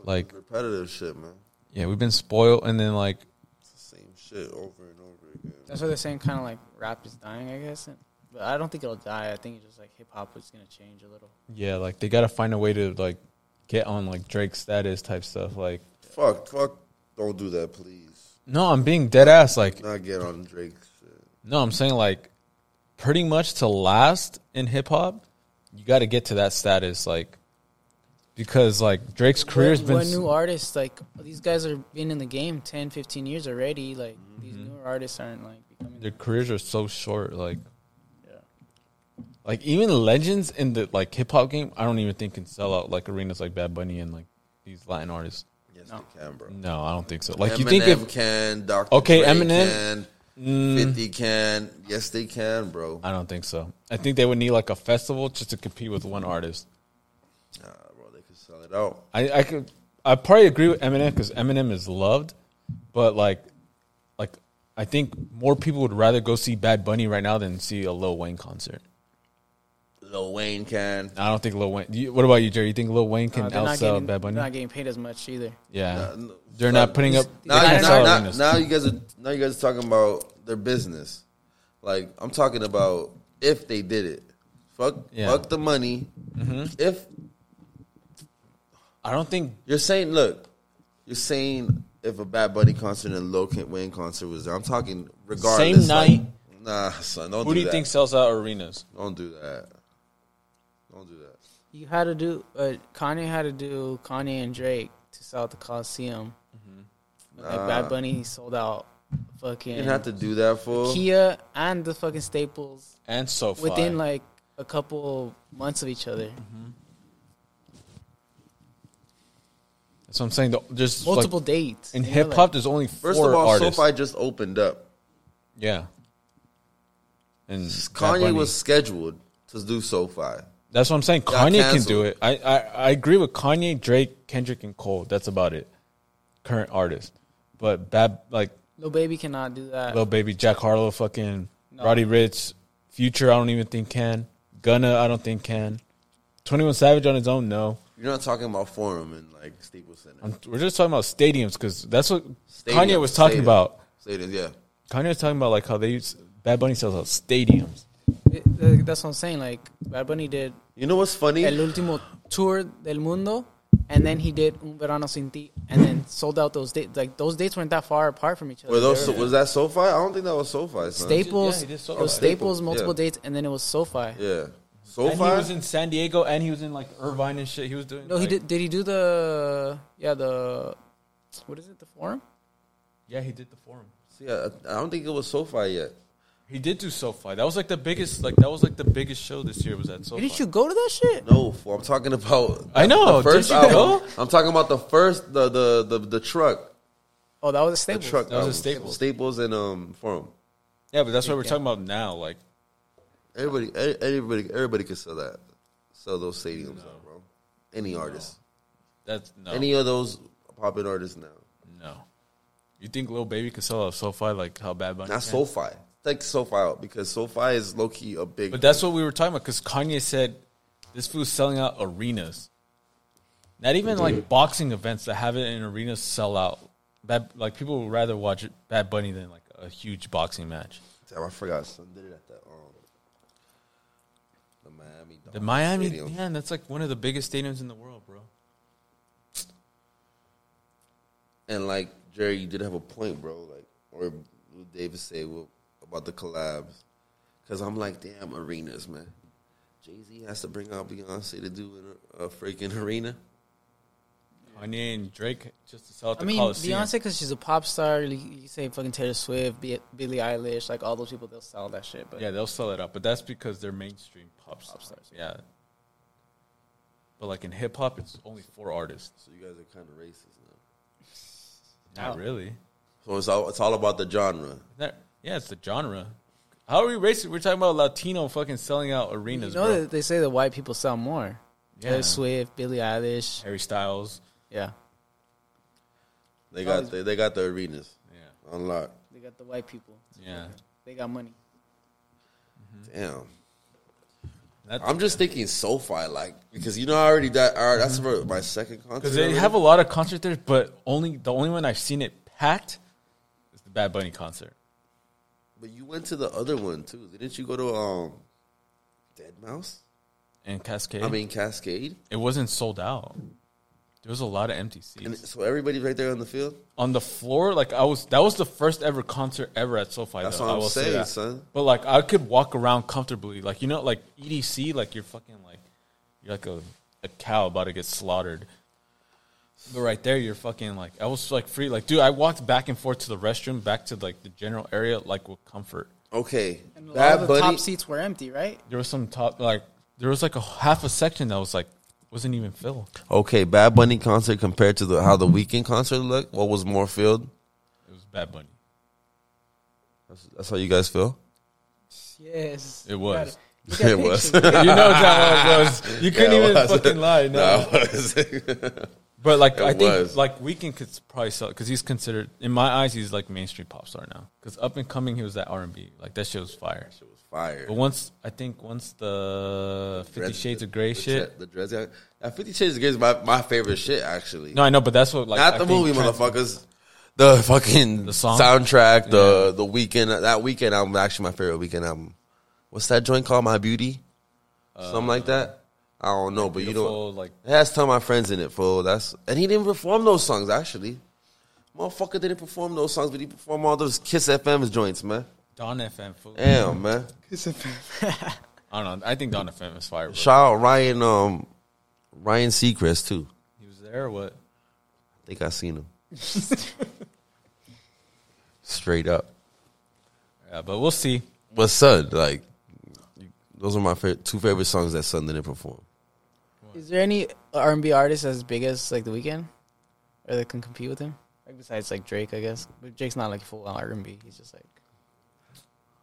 Like repetitive shit, man. yeah, we've been spoiled, and then like It's the same shit over and over again. That's why they're saying kind of like rap is dying, I guess. And, but I don't think it'll die. I think it's just like hip hop is gonna change a little. yeah, like they gotta find a way to like get on like Drake's status type stuff. Like Fuck, fuck. Don't do that, please. no, I'm being dead ass. Like Not get on Drake's shit. No, I'm saying like pretty much to last in hip hop, you got to get to that status like because like Drake's career's what, been what new artists like these guys are been in the game 10, 15 years already. Like these Mm-hmm. newer artists aren't like becoming. their careers are so short like yeah. like even legends in the like hip hop game, I don't even think can sell out like arenas like Bad Bunny and like these Latin artists. Yes, No. they can, bro. No, I don't think so. Like you Eminem think if can, Dr. Okay, Dre Eminem. Mm. can, Fifty can. Yes, they can, bro. I don't think so. I think they would need like a festival just to compete with one artist. Nah, bro, they could sell it out. I, I could I probably agree with Eminem because Eminem is loved, but like like I think more people would rather go see Bad Bunny right now than see a Lil Wayne concert. Lil Wayne can. I don't think Lil Wayne. You, what about you, Jerry? You think Lil Wayne can Uh, they're not outsell getting. Bad They're Bunny? not getting paid as much either. yeah, no, they're fuck. not putting up. Now, they can't now, sell now- arenas. now you guys are now you guys are talking about their business. Like I'm talking about if they did it. Fuck, Yeah. Mm-hmm. fuck the money. If I don't think. You're saying, look, you're saying if a Bad Bunny concert and Lil Kent Wayne concert was there, I'm talking regardless. Same like, night. Nah, son, don't Who do do you that. think sells out arenas? Don't do that. Don't do that. You had to do. Uh, Kanye had to do Kanye and Drake to sell out the Coliseum. Mm-hmm. But, Like Bad Bunny, he sold out. Fucking. You didn't have to do that for. Kia and the fucking Staples And so far, within like a couple months of each other. Mm-hmm. that's what I'm saying. the- There's like, Multiple dates. in you know, hip hop. like- there's only four First of all, artists. SoFi just opened up. yeah, and Bad Kanye Bunny. was scheduled to do SoFi. That's what I'm saying. Kanye can canceled. do it. I, I, I agree with Kanye, Drake, Kendrick, and Cole. That's about it. Current artists, but bad like Lil Baby cannot do that. Little baby Jack Harlow, fucking No. Roddy Rich, Future. I don't even think can. Gunna, I don't think can. Twenty One Savage on his own, no. You're not talking about Forum and like Staples Center. I'm, we're just talking about stadiums because that's what Stadium, Kanye was talking stadium, about. Stadium, yeah. Kanye was talking about like how they use Bad Bunny sells out stadiums. It- uh, that's what I'm saying. Like Bad Bunny did You know what's funny? El Último Tour del Mundo, and then he did Un Verano Sin Ti, and then sold out those dates. Like those dates weren't that far apart from each other. Were those They were- was that SoFi? I don't think that was SoFi. Son. Staples? Yeah, he did sold it was out. Staples, Staples, multiple yeah. dates, and then it was SoFi. Yeah. And he was SoFi. in San Diego, and he was in like Irvine and shit. He was doing. No, he like- did. Did he do the? Yeah, the. What is it? The forum? Yeah, he did the forum. See, I, I don't think it was SoFi yet. He did do SoFi. That was like the biggest. Like that was like the biggest show this year was at SoFi. Didn't you go to that shit? No, fool, I'm talking about. I know, The first didn't Oh, you go? album. I'm talking about the first the the the, the truck. Oh, that was a The Staples. truck. That was a album. Staples. Staples and um Forum. Yeah, but that's what we're talking about now. Like Everybody, e- everybody, everybody could sell that. Sell those stadiums, out, bro. Any artist, that's no, any of those popping artists now. no. You think Lil Baby could sell out SoFi like how Bad Bunny? Not can? SoFi. Take SoFi out because SoFi is low key a big. But that's what we were talking about because Kanye said this food's selling out arenas. Not even like boxing events that have it in arenas sell out. Bad, like people would rather watch Bad Bunny than like a huge boxing match. Damn, I forgot. Son did it at that. Um, the Miami. The Dolphins Miami, Oh, stadium. man, that's like one of the biggest stadiums in the world, bro. And like Jerry, you did have a point, bro. Like or what David say well, about the collabs, because I'm like, damn arenas, man. Jay Z has to bring out Beyonce to do a, a freaking arena. Kanye and Drake just to sell out I the mean, Coliseum. Beyonce because she's a pop star. You, you say fucking Taylor Swift, Bi- Billie Eilish, like all those people, they'll sell that shit. But Yeah, they'll sell it out, but that's because they're mainstream pop stars. stars, yeah. But like in hip hop, it's only four artists. So you guys are kind of racist now. Not really. So it's all it's all about the genre. That, yeah, it's the genre. How are we racist? We're talking about Latino fucking selling out arenas, you know bro. that they say that white people sell more. Yeah. Taylor Swift, Billie Eilish, Harry Styles. yeah, They got they, they got the arenas Yeah. unlocked. they got the white people. Yeah. They got money. Damn. That's- I'm just thinking SoFi, like because you know I already that all right, that's for my second concert. Mm-hmm. Because they already. have a lot of concerts there, but only the only one I've seen it packed is the Bad Bunny concert. but you went to the other one too, didn't you? Go to um, Dead Mouse. And Cascade. I mean Cascade. it wasn't sold out. There was a lot of empty seats. And so everybody's right there on the field. on the floor. Like I was, that was the first ever concert ever at SoFi. That's though, what I I'm will say saying, that. son. But like I could walk around comfortably. Like you know, like EDC, like you're fucking like you're like a, a cow about to get slaughtered. But right there, you're fucking like I was like free. Like dude, I walked back and forth to the restroom, back to like the general area, like with comfort. Okay, And a lot of Bad the Bunny. top seats were empty, right? There was some top like there was like a half a section that was like wasn't even filled. Okay, Bad Bunny concert compared to the how the weekend concert looked. What was more filled? It was Bad Bunny. That's, that's how you guys feel. Yes, It was. You got It was. pictures. You know how it was. You couldn't Yeah, it even was. fucking lie. No. Nah, what is it? But like I was. think like Weekend could probably sell because he's considered in my eyes he's like mainstream pop star now because up and coming he was at R and B like that shit was fire. Fire. But once I think once the Fifty Dreads- Shades of Grey the shit. Dre- The Dreads. yeah. Now, Fifty Shades of Grey is my, my favorite shit, actually. No, I know, but that's what like Not I the think movie, trans- motherfuckers. The fucking The song? soundtrack, the the weekend. That weekend album, actually, my favorite weekend album. What's that joint called? My Beauty, something like that. I don't know, but you know, Beautiful, like- it has "Tell My Friends" in it, fool. That's and he didn't perform those songs actually. Motherfucker didn't perform those songs, but he performed all those Kiss FM's joints, man. Don FM. Fool. Damn, man. I don't know. I think Don FM is fire. Bro. Shout out Ryan, um, Ryan Seacrest too. He was there. or What? I think I seen him. Straight up. Yeah, but we'll see. But Sun, like, those are my fa- two favorite songs that Sun didn't perform. Is there any R and B artist as big as like The Weeknd, or that can compete with him? Like besides like Drake, I guess. But Drake's not like full R and B. He's just like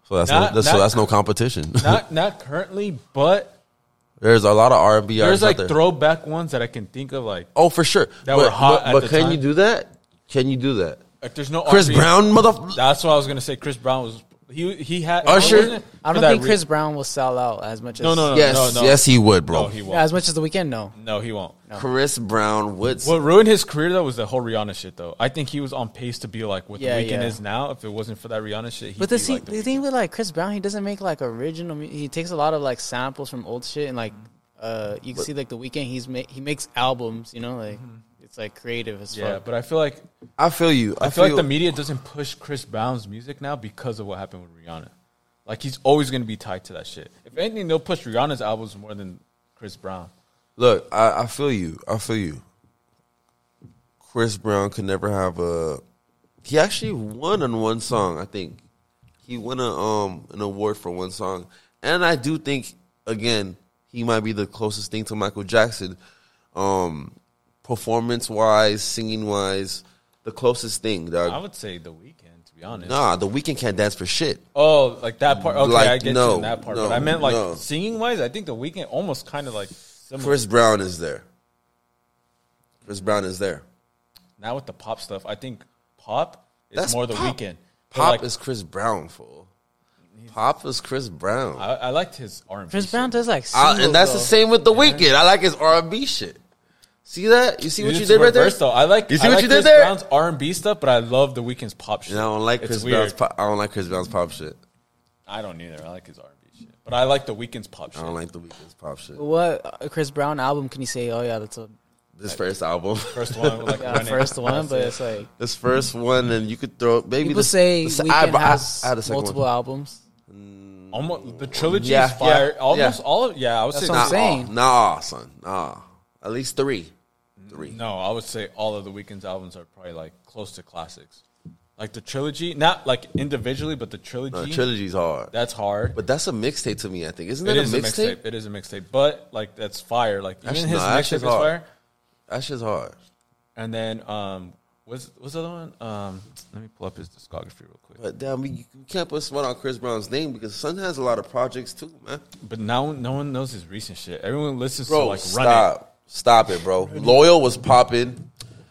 So that's Not- no, that's, so not- that's no competition. Not not currently, but There's a lot of R and B there's artists like out there. throwback ones that I can think of. Like oh, for sure. that were hot But, at but the can time. you do that? Can you do that? Like, there's no Chris RB. Brown, motherfucker. That's what I was gonna say. Chris Brown was he he had Usher? wasn't it? I For don't that think re- Chris Brown will sell out as much as No, no, no, Yes, no, no. yes, he would, bro. No, he won't. Yeah, as much as the weekend. No, No, he won't. Chris Brown would. What ruined his career though was the whole Rihanna shit though. I think he was on pace to be like what Yeah, the weekend yeah. is now. If it wasn't for that Rihanna shit, he'd But the, be see, like the thing with like Chris Brown, he doesn't make like original. mu- He takes a lot of like samples from old shit, and like uh, you can see like the weekend he's ma- he makes albums. You know, like Mm-hmm. it's like creative as yeah. fuck. But I feel like I feel you. I feel like the media doesn't push Chris Brown's music now because of what happened with Rihanna. Like he's always gonna be tied to that shit. If anything, they'll push Rihanna's albums more than Chris Brown. Look, I, I feel you. I feel you. Chris Brown could never have a. He actually won on one song. I think he won a um an award for one song, and I do think again he might be the closest thing to Michael Jackson, um, performance wise, singing wise, the closest thing. I Dog. would say The Weeknd, to be honest. Nah, The Weeknd can't dance for shit. Oh, like that part. Okay, Like, I get no, you in that part. no, but I meant like no. singing wise, I think The Weeknd almost kind of like similar. Chris Brown is there. Chris Brown is there. now with the pop stuff, I think pop is That's more The pop. Weeknd. But, Pop like, is Chris Brown, fool. Pop is Chris Brown. I, I liked his R and B. Chris Brown does like I- singles, and that's the though. same with The Weeknd. I like his R and B shit. See that? You see what you It's did right there? reversed, Though. I like You see I what like you did Chris there? Brown's R and B stuff, but I love The Weeknd's pop shit. And I don't like It's Chris weird. Brown's. Pop, I don't like Chris Brown's pop shit. I don't either. I like his R and B shit, but I like The Weeknd's pop I shit. don't like The Weeknd's pop shit. What uh, Chris Brown album can you say? Oh yeah, that's a This first album, First one, like yeah, Run It. first one, but it's like this first one, and you could throw maybe people the, say the se- Weeknd I- I- has I had a second multiple one. albums. almost the trilogy Yeah, is fire. yeah, almost yeah. all. Of, yeah, I would say what I'm Nah, not, saying. nah, son, nah. At least three, three. no. I would say all of the Weeknd's albums are probably like close to classics. Like the trilogy, not like individually, but the trilogy. No, trilogy's hard, that's hard. but that's a mixtape to me. I think isn't It that is a mixtape? It is a mixtape, but like that's fire. Like even That's his not- that's mixtape is just hard. fire. That shit's hard. And then um, what's what's the other one? Um, let me pull up his discography real quick. But damn, we, you can't put sweat on Chris Brown's name because Sun has a lot of projects too, man. But now no one knows his recent shit. Everyone listens Bro, to like Run stop, stop it, bro. Loyal was popping. It.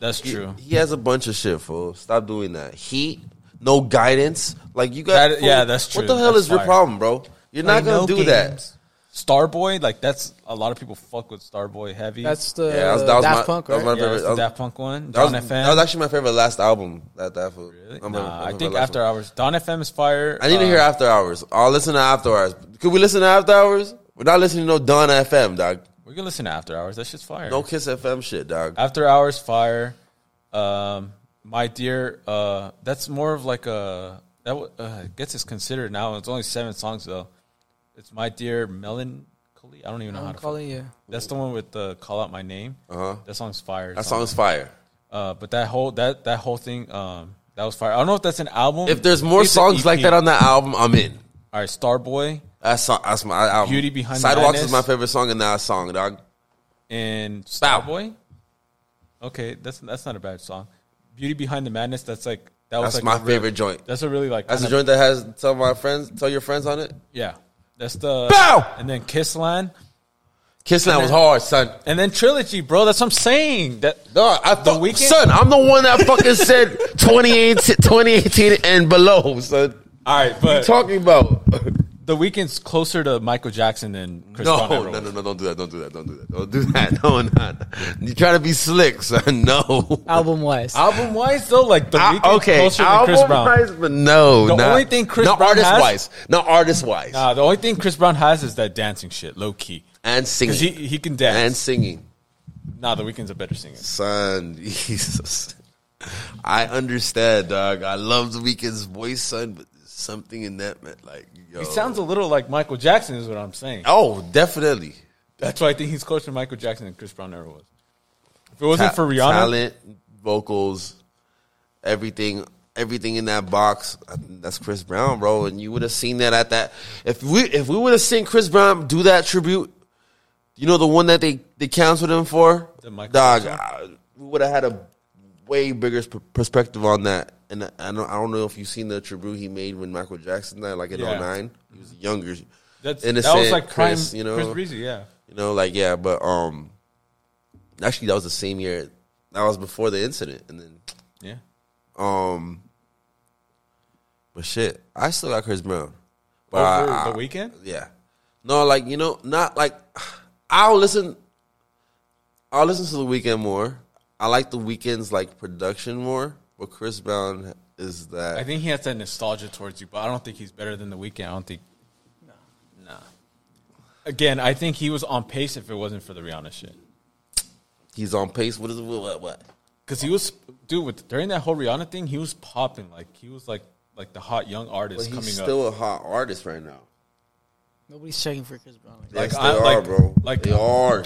That's true. He has a bunch of shit, fool. Stop doing that. Heat, no guidance. Like you got. That- yeah, that's What true. the hell That's is your fire. problem, bro? You're not Like, gonna no do games. that. Starboy, like that's a lot of people fuck with Starboy heavy. That's the Yeah, that was- that was Daft my- Punk, that was right? my- yeah, that's that the was- Daft Punk one. That was, Don FM. that was actually my favorite last album. That that fool. Really? I'm gonna- Nah, I'm I gonna think laugh After at- Hours. Don FM is fire. I need to Uh, hear After Hours. I'll listen to After Hours. Could we listen to After Hours? We're not listening to no Don FM, dog. We can listen to After Hours. That shit's fire. No Kiss FM shit, dog. After Hours Fire, um, My Dear, uh, that's more of like a that w- uh, gets is considered now. It's only seven songs though. It's My Dear Melancholy. I don't even know how to. Call Call it, yeah. That's the one with the Call Out My Name. Uh-huh. That song's fire. That song's fire. Uh, but that whole that that whole thing, um, that was fire. I don't know if that's an album. If there's more It's an songs like EP. that on that album, I'm in. all right, Starboy That song, that's my album. Beauty Behind Sidewalks Madness. is my favorite song in that song, dog. and Bow. Starboy. Okay, that's that's not a bad song. Beauty Behind the Madness. That's like that was That's like a my real- favorite joint. That's a really like That's the kinda- joint that has tell my friends, tell your friends on it. Yeah. That's the Bow! and then Kissland Kiss Land was hard, son. and then Trilogy, bro. That's what I'm saying. That No, I thought, Weeknd? son, I'm the one that fucking said 2018, 2018 and below, son. all right, but Talking about the weekend's closer to Michael Jackson than Chris no, Brown no, ever no, was. no, don't do that, don't do that, don't do that, don't do that. No, not you trying to be slick, son. No, Album wise, Album wise though, like the I- weekend's closer than Chris Brown. Ah, wise, but no, The not, only thing Chris not Brown artist has- wise, not artist wise, Nah, Uh, the only thing Chris Brown has is that dancing shit, low key. and singing, Because he, he can and dance. singing, nah, the weekend's a better singer. son, Jesus. I understand, dog. I love the weekend's voice, son, but there's something in that, man, like yo. He sounds a little like Michael Jackson, is what I'm saying. oh, definitely. That's why I think he's closer to Michael Jackson than Chris Brown ever was. If it wasn't Ta- for Rihanna, talent, vocals, everything, everything in that box. I think That's Chris Brown, bro. And you would have seen that at that. If we if we would have seen Chris Brown do that tribute, you know the one that they they canceled him for, The Michael dog. Jackson? I, we would have had a way bigger per- perspective on that. And I don't, I don't know if you've seen the tribute he made when Michael Jackson died, like in Yeah. 09. He was younger. that's, that was innocent like prime Chris, you know? Chris Breezy, yeah. You know, like yeah, but um, actually that was the same year. That was before the incident, and then Yeah. Um, but shit, I still got Chris Brown. But Oh, for I- I- the weekend? Yeah. No, like you know, not like I'll listen. I'll listen to the weekend more. I like the weekend's like production more, but Chris Brown is that. I think he has that nostalgia towards you, but I don't think he's better than the weekend. I don't think. No. Nah. Again, I think he was on pace if it wasn't for the Rihanna shit. he's on pace. What is it? What? What? Because he was, dude, with, during that whole Rihanna thing, he was popping. Like, he was like like the hot young But artist coming he's up. still a hot artist right now. Nobody's checking for Chris Brown. Like, that. Like, yes, they I- are, like- bro. like- they are.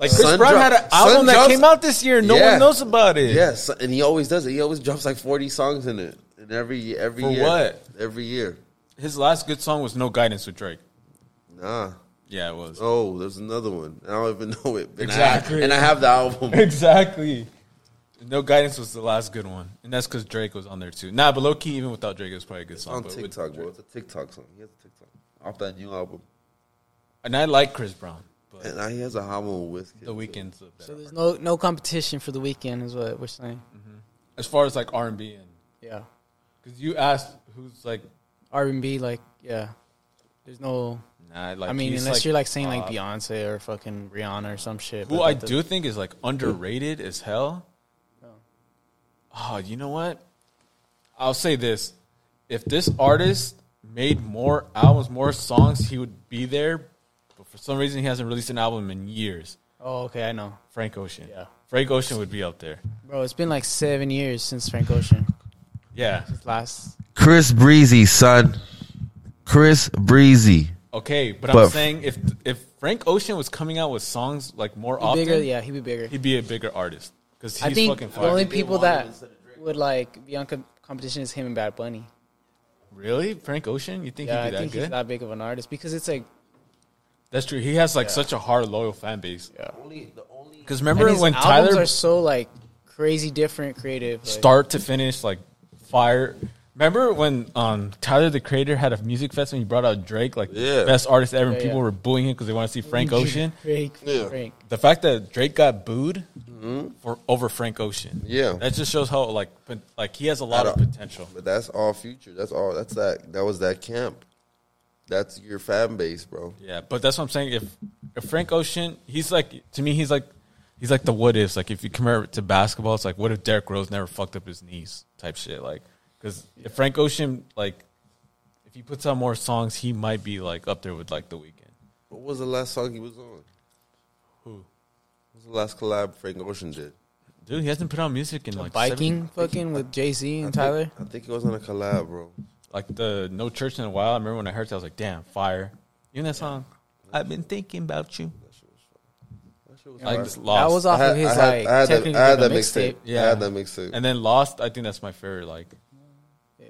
Like, Chris Sun Brown Drop- had an Sun album that Drops- came out this year. and No Yeah. one knows about it. Yes, and he always does it. He always drops like forty songs in it, in every every For year. what? Every year. His last good song was No Guidance with Drake. Nah. Yeah, it was. Oh, there's another one. I don't even know it. And Exactly. I, and I have the album. Exactly. No Guidance was the last good one. And that's because Drake was on there too. Nah, but low key, even without Drake, it was probably a good It's song. on but with TikTok, bro. Drake- It's a TikTok song. He has a TikTok off that new album, And I like Chris Brown, but and now he has a album with Wizkid. The Weeknd's a so better. there's no no competition for the weekend, is what we're saying. as far as like R and B, and Yeah, because you asked who's like, R and B, like yeah. There's no. nah, like I mean, he's, unless you're like saying like uh, Beyonce or fucking Rihanna or some shit. who but I that do think is like underrated as hell. Oh, you know what? I'll say this: if this artist made more albums, more songs, he would be there. But for some reason, he hasn't released an album in years. doesn't- Oh, okay, I know, Frank Ocean, Yeah. Frank Ocean would be up there. bro. It's been like seven years since Frank Ocean. Yeah. His last. Chris Breezy, son. Chris Breezy. Okay, but, But- I'm saying if if Frank Ocean was coming out with songs like more He'd be often, bigger, yeah, he'd be bigger. he'd be a bigger artist because he's I think fucking the fire. only They people want him that instead of Drake. would like be on com- competition is him and Bad Bunny. Really, Frank Ocean? You think Yeah, he'd I be think that good? he's that big of an artist because it's like That's true. He has like such a hard, loyal fan base. Only the only Because and remember his when albums Tyler are so like crazy different, creative. Like, start to finish like fire. Remember when um, Tyler the Creator had a music fest when he brought out Drake, like Yeah. best artist ever, and Yeah, people were yeah. Mm-hmm. booing him because they want to see Frank Ocean. Drake, Yeah. Frank. The fact that Drake got booed for over Frank Ocean, Yeah. that just shows how like pot- like he has a lot I of don't- potential. But that's all future. That's all. That's that. That was that camp. That's your fan base, bro. Yeah, but that's what I'm saying. If if Frank Ocean, he's like to me, he's like he's like the what ifs. Like if you compare it to basketball, it's like what if Derrick Rose never fucked up his knees type shit. Like because if Frank Ocean like if he puts out more songs, he might be like up there with like the weekend. What was the last song he was on? What Who? was the last collab Frank Ocean did? Dude, he hasn't put out music in like seven- Biking, fucking with Jay Z I and think- Tyler. I think it was on a collab, bro. like the No Church in a while. I remember when I heard that, I was like, damn, fire. You know that song? I've been thinking about you. That shit was Like fire. this That lost. was off I had- of his I had- like I had that, technically I had like that a mixtape. mixtape. I Yeah. had that mixtape. and then Lost, I think that's my favorite like Yeah.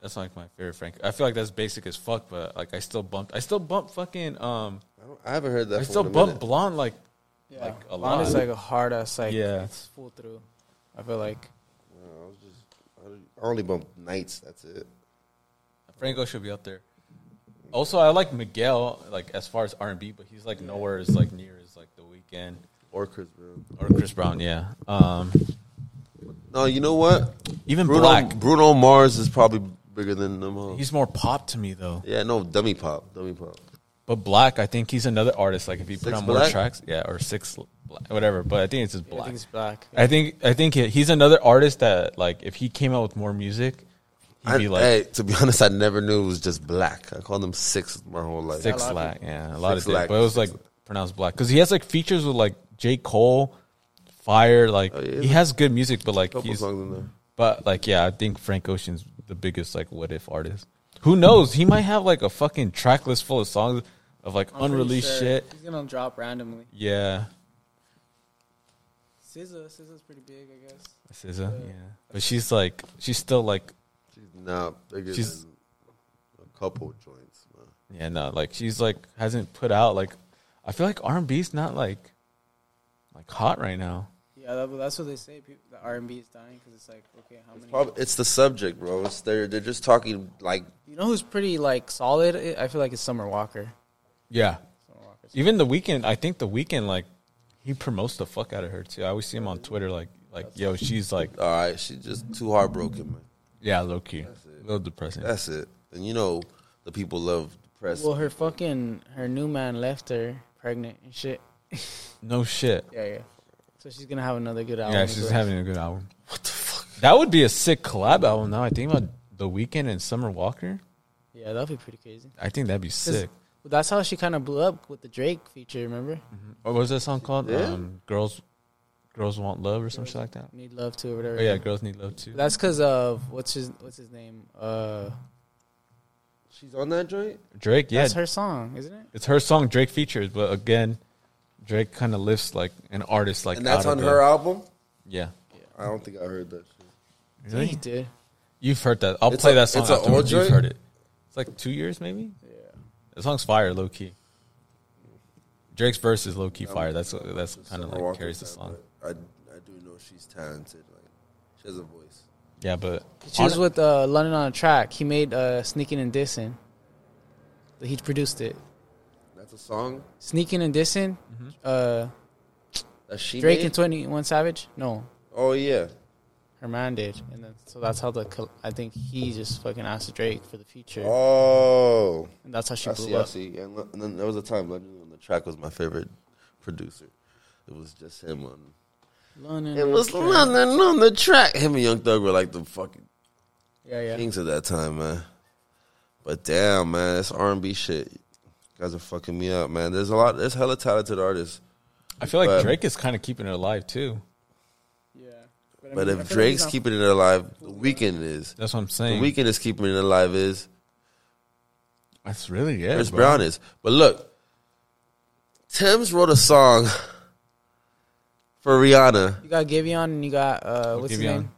That's like my favorite Frank. I feel like that's basic as fuck, but like I still bumped. I still bump fucking. Um, I, don't- I haven't heard that. I for still a bump minute. blonde. Like, Yeah. Like, a Blonde is lot. like a hard ass like Yeah. it's full through. I feel like No, I was just. I only- I only bump nights. That's it. Franco should be up there. Also, I like Miguel. Like as far as R and B, but he's like nowhere as like near as like The Weekend Or Chris Brown. or Chris Brown. Yeah. Um, No, you know what? even Bruno Black. Bruno Mars is probably bigger than them. All. He's more pop to me though. Yeah, no, dummy pop, dummy pop. But Black, I think he's another artist. Like if he put Six on more Black? tracks, yeah, or six, Black, whatever. But I think it's just I Black. think it's black. I think I think he- he's another artist that like if he came out with more music, he'd I, be like. hey, to be honest, I never knew it was just black. I called him six my whole life. Six lot of Lack, yeah, a lot Six of Lack, dick, but it was Six like pronounced black because he has like features with like J Cole, Fire, like Oh, yeah, he yeah. has good music, but like couple he's songs in there. but like yeah, I think Frank Ocean's the biggest like what if artist. Who knows? He might have like a fucking track list full of songs of like I'm pretty unreleased sure shit. He's gonna drop randomly. Yeah, SZA, SZA's pretty big, I guess. SZA, yeah, but she's like she's still like She's not bigger She's- than a couple joints. Man. yeah no like she's like hasn't put out like I feel like R and B's not like like hot right now. Yeah, that, that's what they say. People, the R and B is dying because it's like, okay, how many? Probably, it's the subject, bro. It's they're they're just talking like you know who's pretty like solid? I I feel like it's Summer Walker. Yeah, Summer Walker's Even the weekend, I think the weekend like he promotes the fuck out of her too. I always see him on Twitter like Like, yo, she's like, All right, she's just too heartbroken, man. yeah, low key, a little depressing. That's it. And you know, the people love depressed. Well, her fucking her new man left her pregnant and shit. no shit. Yeah, yeah. So she's gonna have another good album. Yeah, as she's well. having a good album. What the fuck? That would be a sick collab album. Now I think about the weekend and Summer Walker. Yeah, that'd be pretty crazy. I think that'd be 'Cause- sick. Well, that's how she kind of blew up with the Drake feature. Remember? What was that song called? Yeah. Um, girls, girls want love or some shit like that. Need love too or whatever. Oh yeah, girls need love too. That's because of what's his what's his name? Uh, she's on that joint. Drake, yeah, that's her song, isn't it? it's her song Drake features, but again, Drake kind of lifts like an artist like and that's out on of her the- album. Yeah, I don't think I heard that. Shit. Really? Dang, dude. you've heard that. I'll It's play a- that song. it's a afterwards. old You've Drake? heard it. It's like two years maybe. Yeah. The song's fire, low key. Drake's verse is low key fire. That's that's kind of Summer like Walker carries the type, song. but I I do know she's talented. Like she has a voice. Yeah, but She was with uh, London on a track. He made uh, "Sneaking and Dissing." He produced it. That's a song "Sneaking and Dissing." Mm-hmm. Uh, that she Drake made? and Twenty One Savage. No, oh yeah, her man did, and then, so that's how the col- I think he just fucking asked Drake for the feature, oh and that's how she I blew see, I up. see. And, lo- and then there was a time London on the track was my favorite producer. It was just him on. London It on was a track. London on the track. Him and Young Thug were like the fucking Yeah, yeah. kings at that time, man. But damn, man, that's R and B shit. You guys are fucking me up, man. There's a lot. There's hella talented artists. I feel like But- Drake is kind of keeping it alive too. Yeah. But if Drake's keeping it alive, The Weeknd is. That's what I'm The saying. Weeknd is keeping it alive. Is That's really it. Chris bro. Brown is. But look, Tim's wrote a song for Rihanna. you got Giveon and you got uh, what's his Giveon. name?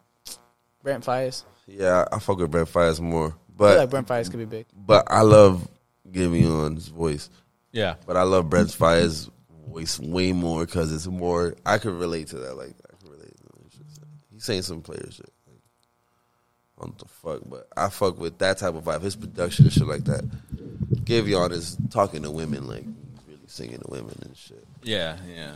Brent Fias. Yeah, I fuck with Brent Fires more, I but feel like Brent Fias could be big. but I love Giveon's voice. Yeah, But I love Brent Fires' voice way more because it's more. I could relate to that. Like I can relate. To what he's just saying. He's saying some player shit. Like, what the fuck? But I fuck with that type of vibe. His production and shit like that. Giveon is talking to women like he's really singing to women and shit. yeah, yeah.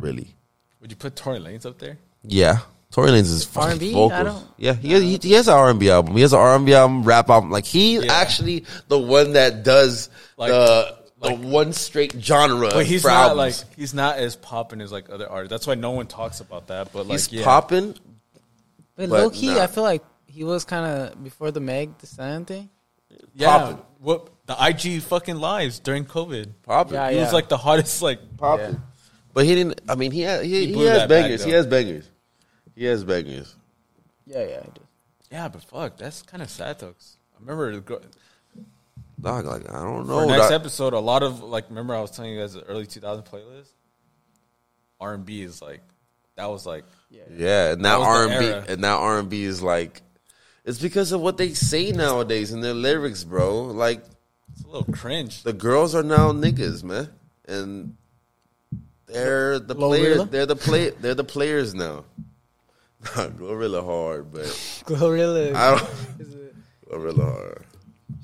Really. Would you put Tory Lanez up there? Yeah. Tory Lanez is fucking R&B? I vocals. don't- yeah, he, he he has an R and B album. He has an R and B album, rap album. Like he's Yeah. actually the one that does Like- the like- the one straight genre. But he's for not albums. like he's not as popping as like other artists. That's why no one talks about that. But like, he's yeah, popping. But But, low key, nah. I feel like he was kind of before the Meg the Stallion thing. yeah. popping. What the IG fucking lives during COVID? Popping. Yeah, He was like the hottest. Like Popping. Yeah. But he didn't. I mean, he ha, he, He he, blew has that back, bangers. he though. has bangers. He has bangers. Yeah, yeah, I do. yeah, but fuck, that's kind of sad though. 'cause I remember the gr- Dog, like I don't for know. next dog. episode, a lot of like remember I was telling you guys the early 2000 playlist. R and B is like that was like Yeah, Yeah, and now R was the and era. B, and now R and B is like, it's because of what they say nowadays in their lyrics, bro. Like it's a little cringe. the girls are now niggas, man, and they're the players. Glorilla? They're the play. They're the players now. Gorilla hard, but Glorilla. I don't. is a- Gorilla hard.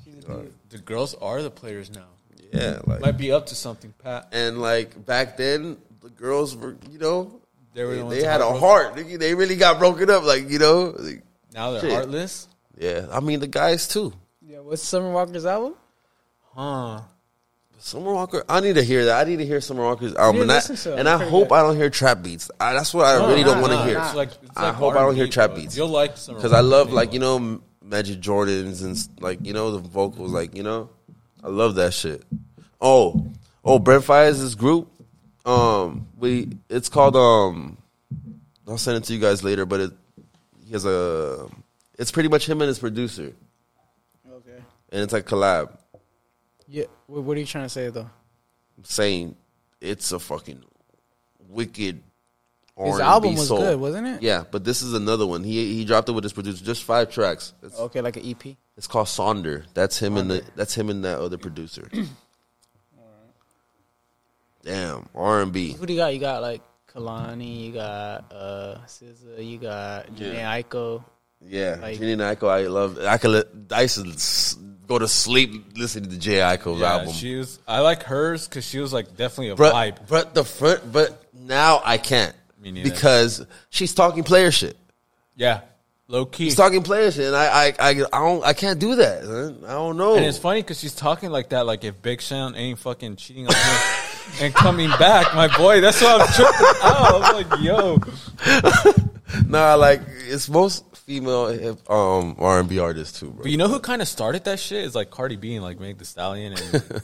she's a dude. The girls are the players now. Yeah, like Might be up to something, Pat. and like back then, the girls were you know They they, were the ones they that had got a broke- heart. nigga. They really got broken up, like you know. Like, Now they're Shit. heartless. yeah, I mean the guys too. Yeah, what's Summer Walker's album? Huh. Summer Walker, I need to hear that. I need to hear Summer Walker's album, and I, listen to it. and I Pretty hope good. I don't hear trap beats. I, that's what I really nah, don't want to nah, hear. nah. It's like- it's I like hope I don't hear R&B, trap bro. beats. You'll like some because I love like you know M- Magic Jordans and s- like you know the vocals like you know I love that shit. Oh oh Brent Fires this group um we it's called um I'll send it to you guys later but it he has a it's pretty much him and his producer Okay. and it's like collab Yeah. wha- What are you trying to say though? I'm saying it's a fucking wicked His R&B album was soul. good, wasn't it? Yeah, but this is another one. He he dropped it with his producer, just five tracks. It's Okay, like an E EP. It's called Sonder. That's him and the that's him and that other producer. Damn, R and B. Who do you got? You got like Kalani. You got uh SZA. You got Janae Aiko. Yeah, Like- Jenny Aiko. I love. I could. let- I used to s- go to sleep listening to J Aiko's yeah, album. She was. I like hers because she was like definitely a but vibe. but the front. But now I can't. Me neither. because she's talking player shit. yeah, low key. She's talking player shit, and I, I, I, I don't, I can't do that. man. I don't know. And it's funny because she's talking like that, like if Big Sean ain't fucking cheating on him and coming back, my boy. That's why I'm tripping out. I'm like, yo, nah, like it's most female hip, um R and B artists too, bro. but you know who kind of started that shit is like Cardi B and like Meg The Stallion and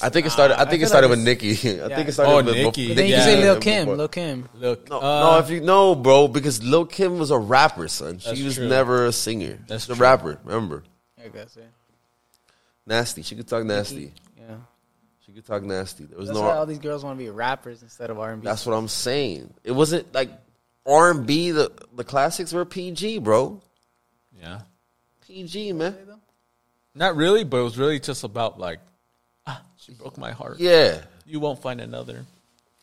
I think it started. I I think it feel started like with Nicki. I think it started Oh, with Nicki. Then you Yeah. say Lil before- Kim, Lil Kim. look. No, uh, no, if you know, bro, because Lil Kim was a rapper, son. That's She was true. never a singer. That's She's a true. rapper. Remember, I guess, yeah. nasty. She could talk nasty. Yeah. She could talk nasty. There was That's why all no. these girls want to be rappers instead of R&B. That's what I'm saying. It wasn't like R and B. The the classics were PG, bro. yeah, PG, man. not really, but it was really just about like, ah, she broke my heart. Yeah. You won't find another.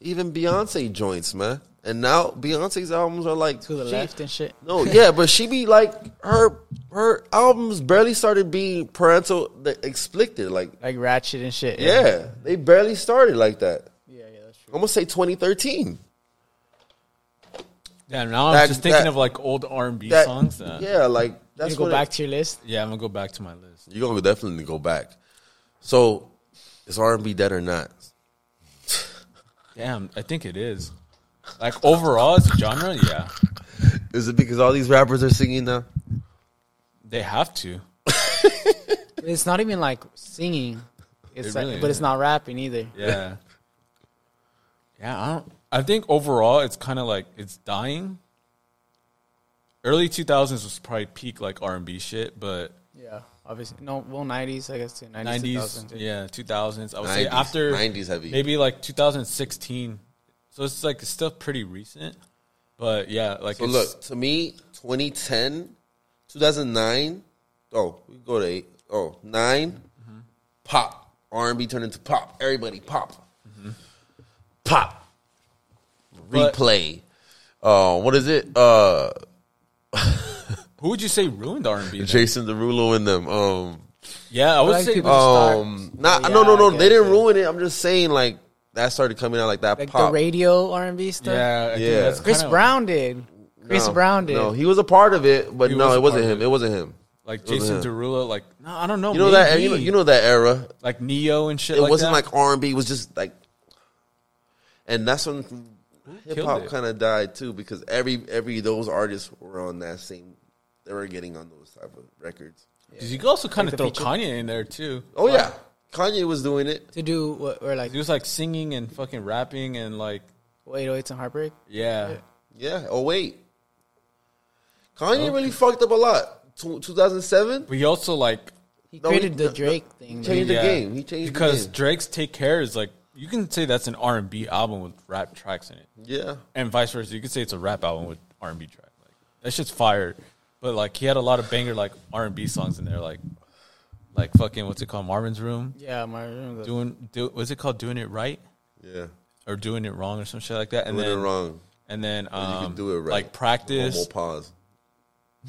Even Beyonce joints, man. And now Beyonce's albums are like to the she- left and shit. No, yeah, but she be like her her albums barely started being parental the- explicit. Like Like ratchet and shit. yeah, they barely started like that. Yeah, yeah, that's true. I'm gonna say 2013. Damn, now I'm That- just thinking that- of like old R and B That- songs. That, yeah. yeah, like that's You go when it- back to your list. I'm gonna go back to my list. You're gonna definitely go back. So is R and B dead or not? Damn, I think it is. Like overall, as a genre, yeah, Is it because all these rappers are singing now? they have to. It's not even like singing. It's It like, really but it's not rapping either. Yeah. yeah, I don't I think overall it's kind of like it's dying. Early 2000s was probably peak like R&B shit, but Yeah, obviously. No, well, nineties, I guess. Too. 90s, 90s, 2000s. yeah, 2000s. I would say 90s, after 90s heavy. Maybe like 2016. So it's like it's still pretty recent. But yeah, like So it's, look, to me, 2010, 2009, oh, we go to eight, oh, 9 pop. R&B turned into pop. Everybody pop. Pop. But- Replay. Uh, what is it? Uh, who would you say ruined R&B? then? Jason Derulo and them. Um, Yeah, I would Like say people just start- um, not, yeah, no, no, I no. They guess, didn't yeah. ruin it. I'm just saying, like, that started coming out like that like pop. the radio R and B stuff. yeah, I think Yeah. that's Chris kinda Brown did. Chris No, Brown did. No, he was a part of it, but He no, was a it part wasn't of him. it. It wasn't him. like It wasn't Jason him. Derulo like no, I don't know. You know that maybe. you know, you know that era. like Neo and shit it like wasn't that. like R and B. It was just like, and that's when hip killed hop it? kind of died too because every every those artists were on that same. They were getting on those type of records. Because you could also kind the of throw feature- Kanye in there too. Oh yeah, Kanye was doing it. To do what? Or like He was like singing and fucking rapping and like, wait, wait, and heartbreak. yeah. Yeah. Oh wait, Kanye really fucked up a lot. Two thousand seven But he also like He No, created he- the no, no, Drake thing. changed yeah, the game. He changed because the game. Drake's "Take Care" is like you can say that's an R and B album with rap tracks in it, Yeah. and vice versa. You could say it's a rap album with R and B track. Like that shit's fire. But like he had a lot of banger like R and B songs in there, like like fucking what's it called, Marvin's Room, Yeah, my room. doing do was it called doing it right Yeah. or doing it wrong or some shit like that, and Doing then it wrong. and then um, You can do it right. like practice, One more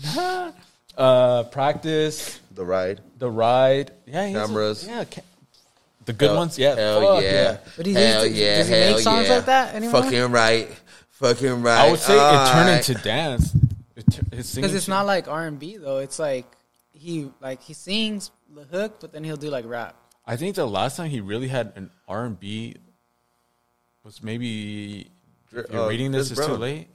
pause. uh, practice. The ride. The ride. Yeah, he has a- Cameras. yeah, ca- the good ones. Yeah, Hell fuck yeah. But he's- hell does- yeah. does he hell make songs yeah. like that anymore? Fucking right. Fucking right. I would say it turned Alright. into dance. It tur- his singing Because it's shit. not like R and B though. It's like he like he sings the hook, but then he'll do like rap. I think the last time he really had an R and B was maybe. Dr- You're uh, reading this Chris is too Brown. late.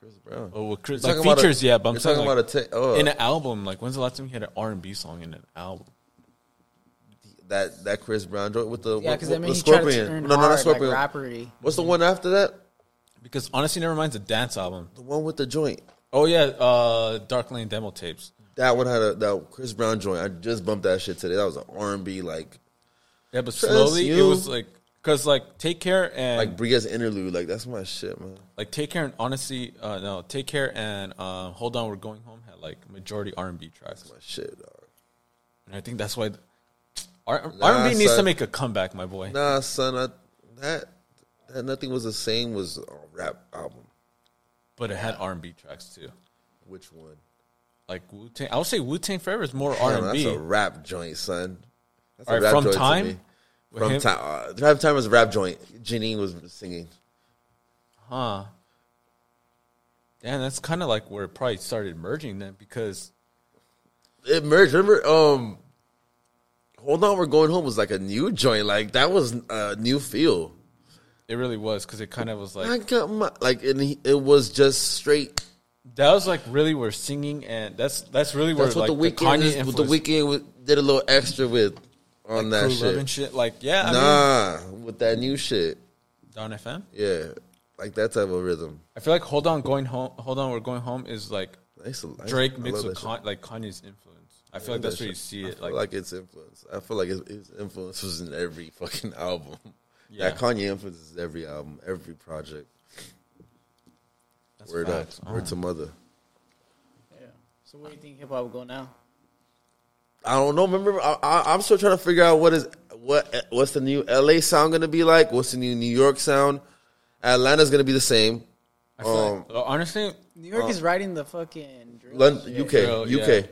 Chris Brown. Oh, well, Chris, You're like talking about features, a- yeah. But I'm you're saying talking like, about a ta- oh, in an album. Like, when's the last time he had an R and B song in an album? that that Chris Brown joint with the Yeah, with- because I with mean the he tried to Scorpion. turn no, no, hard, not Scorpion. like rappery. What's the one after that? Because honestly, never mind's a dance album. The one with the joint. Oh yeah, uh, Dark Lane demo tapes. That one had a that Chris Brown joint. I just bumped that shit today. That was an R and B like Yeah, but Trust slowly it you. was like because like Take Care and like Bria's interlude. Like that's my shit, man. like take care and honestly uh no take care and uh, hold on we're going home had like majority r&b tracks My shit. Dog. and i think that's why R- Nah, r&b needs to son. make a comeback my boy Nah, son. I, that that nothing was the same was a rap album. but it had r&b tracks too Which one? like wu-tang i would say wu-tang forever is more Damn, r&b That's a rap joint, son. That's All right, From to Time? me. With From him? time, uh, Drive Time was a rap joint. Janine was singing. huh Damn, that's kind of like where it probably started merging then because It merged. Remember, um, hold on, we're going home was like a new joint. Like that was a new feel. it really was because it kind of was I like got my like, and he, it was just straight. that was like really where singing and that's that's really where That's like what the weekend. Kanye is, what the influence- weekend with- did a little extra with on that Crew Love shit. and shit. Like yeah, I mean, Nah, with that new shit. Don FM. Yeah, like that type of rhythm. I feel like hold on, going home. Hold on, we're going home is like I used to- I Drake used to- I mixed love with that shit. Con- like Kanye's influence. I feel like I love that's that where you shit. see I it. feel Like, like its influence. I feel like his, his influence was in every fucking album. Yeah. That Kanye influence is every album, every project. that's Word facts. Mm. up, word to mother. Yeah. So where do you think hip hop will go now? I don't know. Remember, I, I, I'm still trying to figure out what is what what's the new LA sound going to be like. What's the new New York sound? Atlanta's going to be the same. I feel like- Um, well, honestly, New York is riding the fucking. drill London, shit. UK, Well, yeah. UK,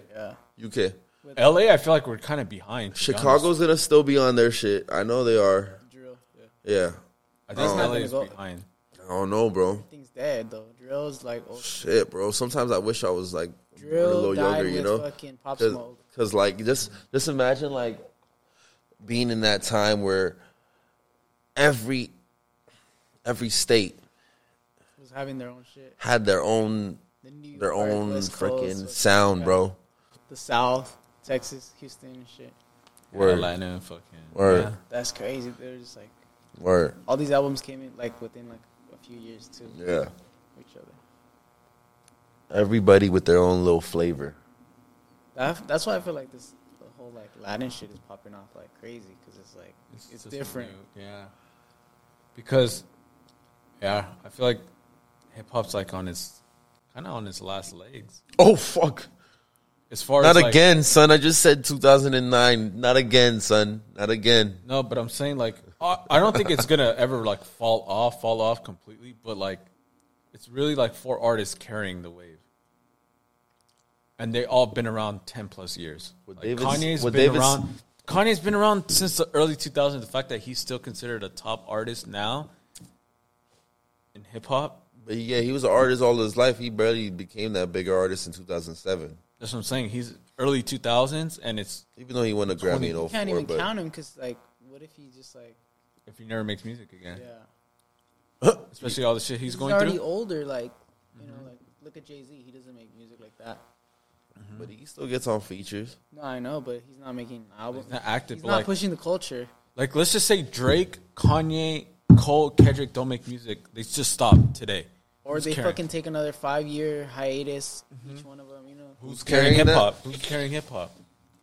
Yeah. UK. LA. I feel like we're kind of behind. to be honest. Chicago's going to still be on their shit. I know they are. Drill. Yeah. Yeah. I think not LA gonna is go- behind. I don't know, bro. Things dead though. Drill's like oh, Shit, bro. Sometimes I wish I was like a drill little died younger, with you know. fucking pop Cause, smoke. 'cause, like just just imagine like being in that time where every every state Was having their own shit. had their own The New their York, own West Coast, freaking fucking- sound, yeah. bro. The South, Texas, Houston, and shit. Word. Atlanta, fucking. Word. yeah. That's crazy. They're just like Word. all these albums came in like within like a few years too. Yeah. Each other. Everybody with their own little flavor. That, that's why I feel like this the whole like Latin shit is popping off like crazy because it's like it's, just different. new- yeah. Because, yeah, I feel like hip hop's like on its kind of on its last legs Oh fuck. as far Not as like- again, son. I just said 2009. Not again, son. Not again. No, but I'm saying like I I don't think it's gonna ever like fall off, fall off completely. But like, it's really like four artists carrying the wave, and they all been around ten plus years. Would Like, David's- Kanye's been would David's- around. Kanye's been around since the early 2000s. The fact that he's still considered a top artist now in hip hop. But yeah, he was an artist all his life. He barely became that bigger artist in 2007. That's what I'm saying. He's early 2000s, and it's Even though he won a Grammy in You You 04, can't even but count him because like what if he just like if he never makes music again, yeah especially all the shit he's, he's going already through. Mm-hmm. older like you know like look at Jay Z he doesn't make music like that. but he still gets on features. No, I know, but he's not making albums. He's not active, He's but, not like- pushing the culture. Like, let's just say Drake, Kanye, Cole, Kendrick don't make music. They just stop today. Or Who's they caring? Mm-hmm. fucking take another five year hiatus. Each one of them, you know. Who's carrying carrying hip that? hop? Who's carrying hip hop?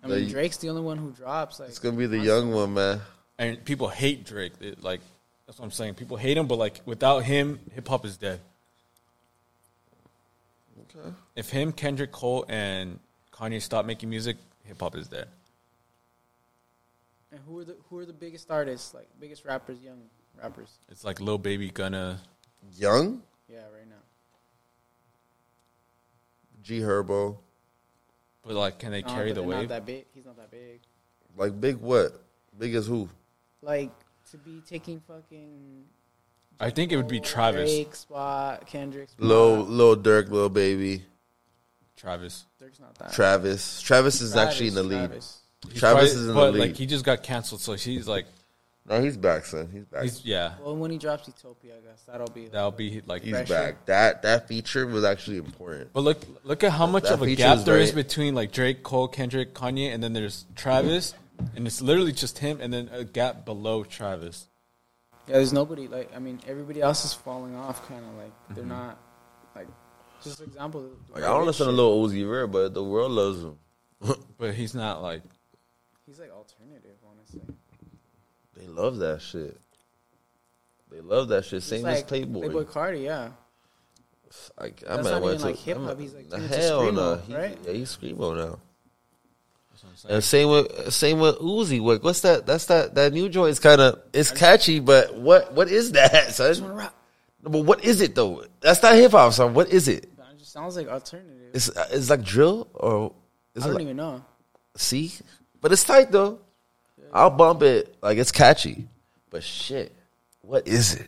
I mean, They- Drake's the only one who drops. Like It's gonna be the young one, man. And people hate Drake. It, like, that's what I'm saying. People hate him, but like without him, hip hop is dead. Okay. If him, Kendrick, Cole, and Kanye stop making music, hip hop is dead. And who are the who are the biggest artists? Like biggest rappers, young rappers. It's like Lil Baby gonna. Young Yeah, right now. G Herbo, But like, can they No, carry but the they're wave? Not that big. He's not that big. like big what? Big as who? Like to be taking fucking. I think it would be Cole, Travis. Drake spot, Kendrick spot. Lil Lil Dirk, Lil Baby, Travis. Dirk's not that. Travis. Travis is Travis, actually in the lead. Travis. He's Travis probably- is in the but lead. like he just got canceled, so he's like, no, he's back, son. He's back. he's yeah, Well, when he drops Utopia, I guess that'll be. that'll be like He's pressure. back. That that feature was actually important. But look, look at how much That of a feature gap is there is very- between like Drake, Cole, Kendrick, Kanye, and then there's Travis, and it's literally just him, and then a gap below Travis. Yeah, there's nobody like I mean everybody else is falling off kind of like they're not like just example. the Like I don't Drake listen to shit. Lil Uzi Vert, but the world loves him. But he's not like He's like alternative, honestly. They love that shit. They love that shit. Same He's like as Playboy. Playboy Cardi, yeah. Like, I That's might not want even, to like, hip hop. He's, like, turning to hell screamo, no. He- right? Yeah, he's screamo now. that's what I'm saying. And same with same with Uzi. What, what's that? That's that that new joint is kind of it's catchy, but what what is that? Son? Rap. No, But what is it though? That's not hip hop song. What is it? It just sounds like alternative. It's uh, it's like drill or is I it don't like, even know. see? But it's tight though. I'll bump it like it's catchy, but shit, what is it?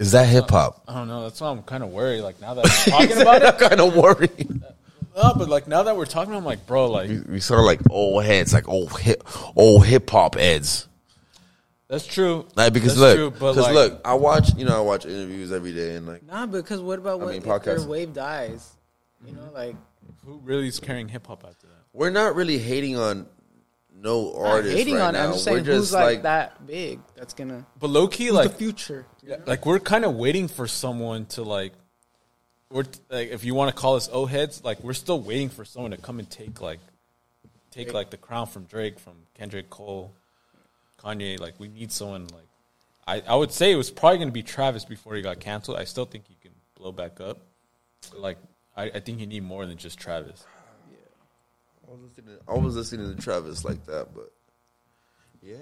Is that hip hop? I don't know. That's why I'm kind of worried. Like now that I'm talking about it, kind of worried. no, but like now that we're talking, I'm like, bro, like We, we sound like old heads, like old hip, old hip hop heads. that's true. Like because That's look, true, but, because like- look, I watch you know I watch interviews every day and like Nah, because what about what mean, if their podcasts. Mm-hmm. wave dies? You know, like who really is carrying hip hop after that? we're not really hating on no not artists hating right on. it. now. I'm just we're saying just who's like, that big. That's gonna But low key, like, like the future. you know? like we're kind of waiting for someone to like we're like if you want to call us O heads, like we're still waiting for someone to come and take like take like the crown from Drake, from Kendrick Cole, Kanye. Like we need someone like I, I would say it was probably gonna be Travis before he got canceled. I still think he can blow back up. But, like I, I think you need more than just Travis. I was listening. I was listening to Travis like that, but yeah,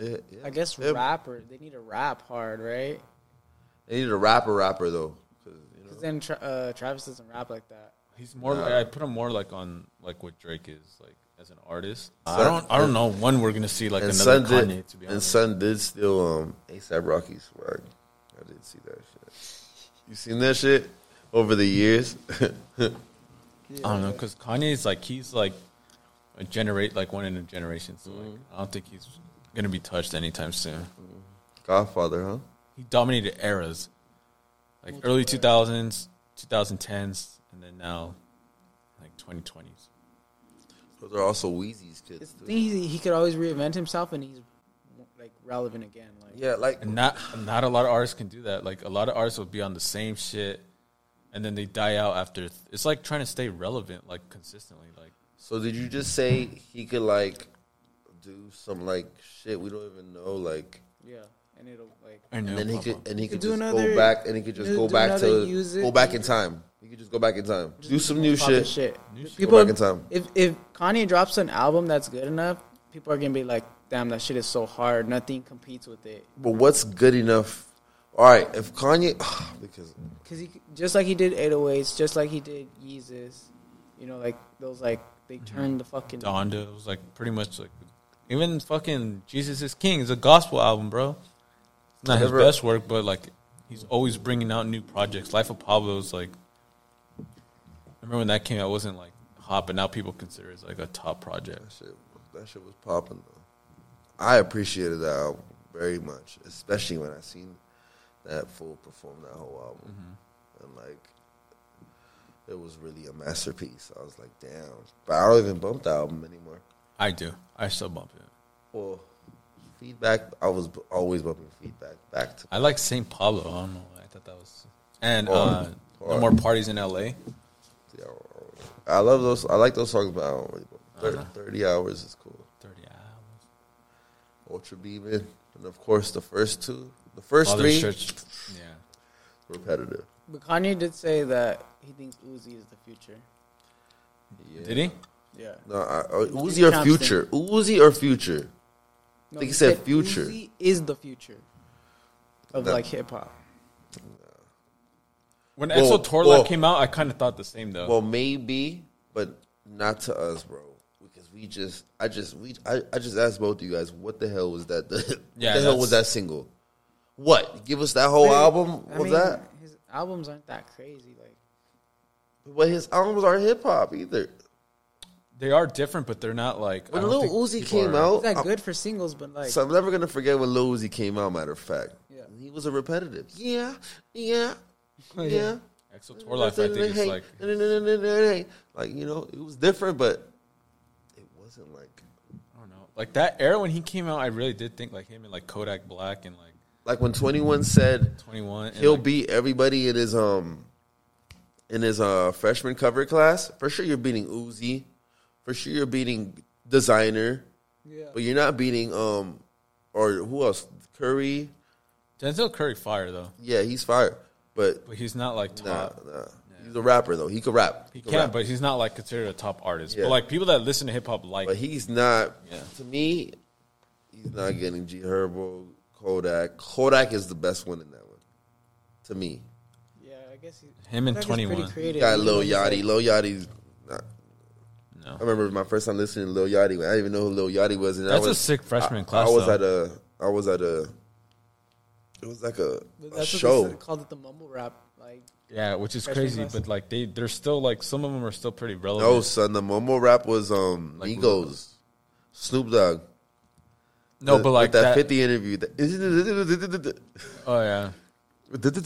Yeah, yeah. I guess They- rapper. They need to rap hard, right? They needed a rapper, rapper though. 'Cause, you know, Because then tra- uh, Travis doesn't rap like that. He's more like I put him more like on like what Drake is like as an artist. I Son- don't I don't know when we're gonna see like and another Sun Kanye did. to be And honest. Sun did steal um, ASAP Rocky swag. I did see that shit. You seen that shit over the years? I don't know because Kanye's like he's like a generate like one in a generation. So like I don't think he's gonna be touched anytime soon. Godfather, huh? He dominated eras, like early two thousands, two thousand tens, and then now like twenty twenties. Those are also Wheezy's It's kids. the Too. thing he, he could always reinvent himself, and he's like relevant again. Like Yeah, like And not not a lot of artists can do that. Like a lot of artists will be on the same shit, and then they die out after. Th- it's like trying to stay relevant like consistently. Like So did you just say he could like do some like shit we don't even know like yeah, and it'll like I know. and then he Papa. could and he could could do just go another- back and he could just do- go do back another to use it. go back in time. He could just go back in time. Do some new pop the shit. um, shit. shit. People, back in time. if if Kanye drops an album that's good enough, people are gonna be like, "Damn, that shit is so hard. Nothing competes with it." But what's good enough? All right, if Kanye because Because he just like he did 808s, just like he did Yeezus, you know, like those like they turned the fucking Donda was like pretty much like even fucking Jesus is King is a gospel album, bro. It's not his Never- best work, but like he's always bringing out new projects. Life of Pablo is like remember when that came out it wasn't like hot, but now people consider it like a top project. that shit that shit was popping though. I appreciated that album very much, especially when I seen that fool perform that whole album. And like it was really a masterpiece. I was like, damn. But I don't even bump the album anymore. I do. I still bump it. Well, feedback. I was b- always bumping feedback back to. I like Saint Pablo. I don't know. I thought that was and Oh, uh, no oh. more parties in L.A. Yeah, I love those. I like those songs, but I don't really bump. 30, Uh-huh. 30 hours is cool. Thirty hours. Ultra Beamin, and of course the first two, the first Father's three, Church. Yeah. repetitive. But Kanye did say that he thinks Uzi is the future. Yeah. Did he? Yeah. No, I, uh, Uzi Big or Chopstick. Future? Uzi or Future? No, think he said future. Uzi is the future of No. like hip hop. When Well, Exo Torla well- came out, I kind of thought the same though. Well, maybe, but not to us, bro. Because we just, I just, we, I, I just asked both of you guys, what the hell was that? what Yeah, the hell that's- was that single? What? Give us that whole album? I Was mean, that? His albums aren't that crazy. Like But his albums are hip hop either. They are different, but they're not like. I When don't Lil think Uzi people came are- out, it's that I'm- good for singles, but like Oh. so I'm never gonna forget when Lil Uzi came out. Matter of fact, Yeah. he was a repetitive. Yeah, yeah, Oh, yeah. Exo Torla, I think it's like like, like you know, it was different, but it wasn't like I don't know, like that era when he came out. I really did think like him and like Kodak Black and like like when Twenty One said Twenty One. he'll like, beat everybody in his um in his uh freshman cover class. For sure, you're beating Uzi. For sure, you're beating designer, yeah. but you're not beating um or who else? Curry. Denzel Curry fire though, Yeah, he's fire, but but he's not like top. Nah, nah. He's a rapper though. He could rap. He could can, rap. but he's not like considered a top artist. Yeah. But like people that listen to hip hop like but he's not. Yeah. To me, he's not getting G Herbo, Kodak. Kodak is the best one in that one. To me, yeah, I guess he, him and Kodak is Twenty pretty One. creative. got He Lil was, like, Yachty. Lil Yachty's. Not, I No, remember my first time listening to Lil Yachty. I didn't even know who Lil Yachty was. And I that's a was- sick freshman I- class. I was though. at a. I was at a. It was like a, a But that's what they show. said- called it the mumble rap. Like Yeah, which is Freshman crazy, class. but like they, they're still like some of them are still pretty relevant. No, son, the Momo rap was um Like Migos, Snoop Dogg. No, The- but with like that, that. fifty interview. that- oh yeah,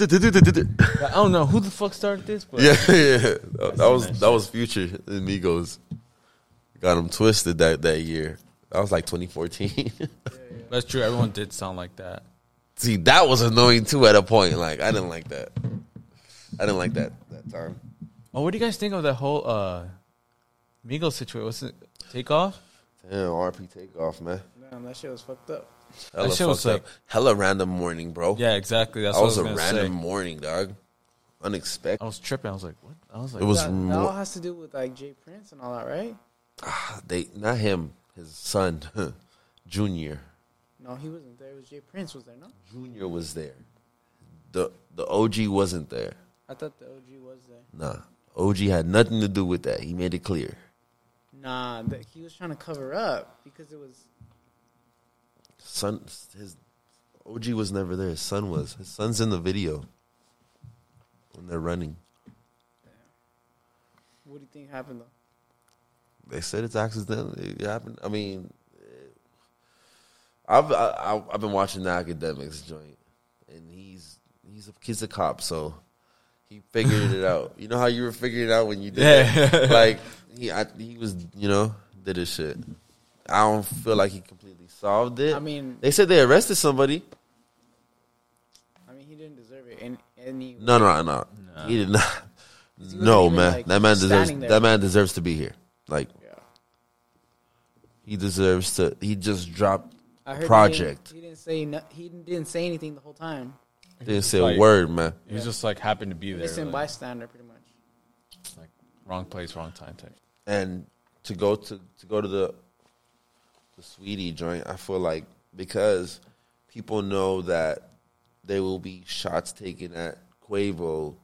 I don't know who the fuck started this, but yeah, yeah. That, that was that was Future and Migos. Got him twisted that that year. That was like 2014. that's true. Everyone did sound like that. See, that was annoying too. At a point, like I didn't like that. I didn't like that that time. Oh, what do you guys think of that whole uh Migos situation? What's it? Takeoff? Damn, RP takeoff, man. man, that shit was fucked up. Hella shit was fucked up. like- Hella random morning, bro. Yeah, exactly. That's that what was I a was gonna random say. morning, dog. I Unexpected. was tripping. I was like, what? I was like, It was That, that all more, has to do with like Jay Prince and all that, right? they not him, his son, Junior. No, he wasn't there. It was Jay Prince was there, no? Junior was there. The the OG wasn't there. I thought the OG was there. Nah, OG had nothing to do with that. He made it clear. Nah, that he was trying to cover up because it was Son, his OG was never there. His son was. His son's in the video when they're running. what do you think happened though? They said it's accidental. It happened. I mean, eh, I've I, I- I've been watching the academics joint, and he's he's a he's a cop, so he figured it out. You know how you were figuring it out when you did, Yeah. that? like he I, he was you know did his shit. I don't feel like he completely solved it. I mean- they said they arrested somebody. I mean he didn't deserve it in any No, no, no, no. He did not. wasn't No, even, man. like, that man deserves. standing there. That man deserves to be here. Like Yeah. he deserves to. He just dropped I a heard project. He didn't, he didn't say no, he didn't say anything the whole time. Didn't say Like- a word, man. he was just like happened to be there, Innocent like, bystander pretty much. like, wrong place, wrong time type. And to go to to go to the the sweetie joint, I feel like because people know that there will be shots taken at Quavo.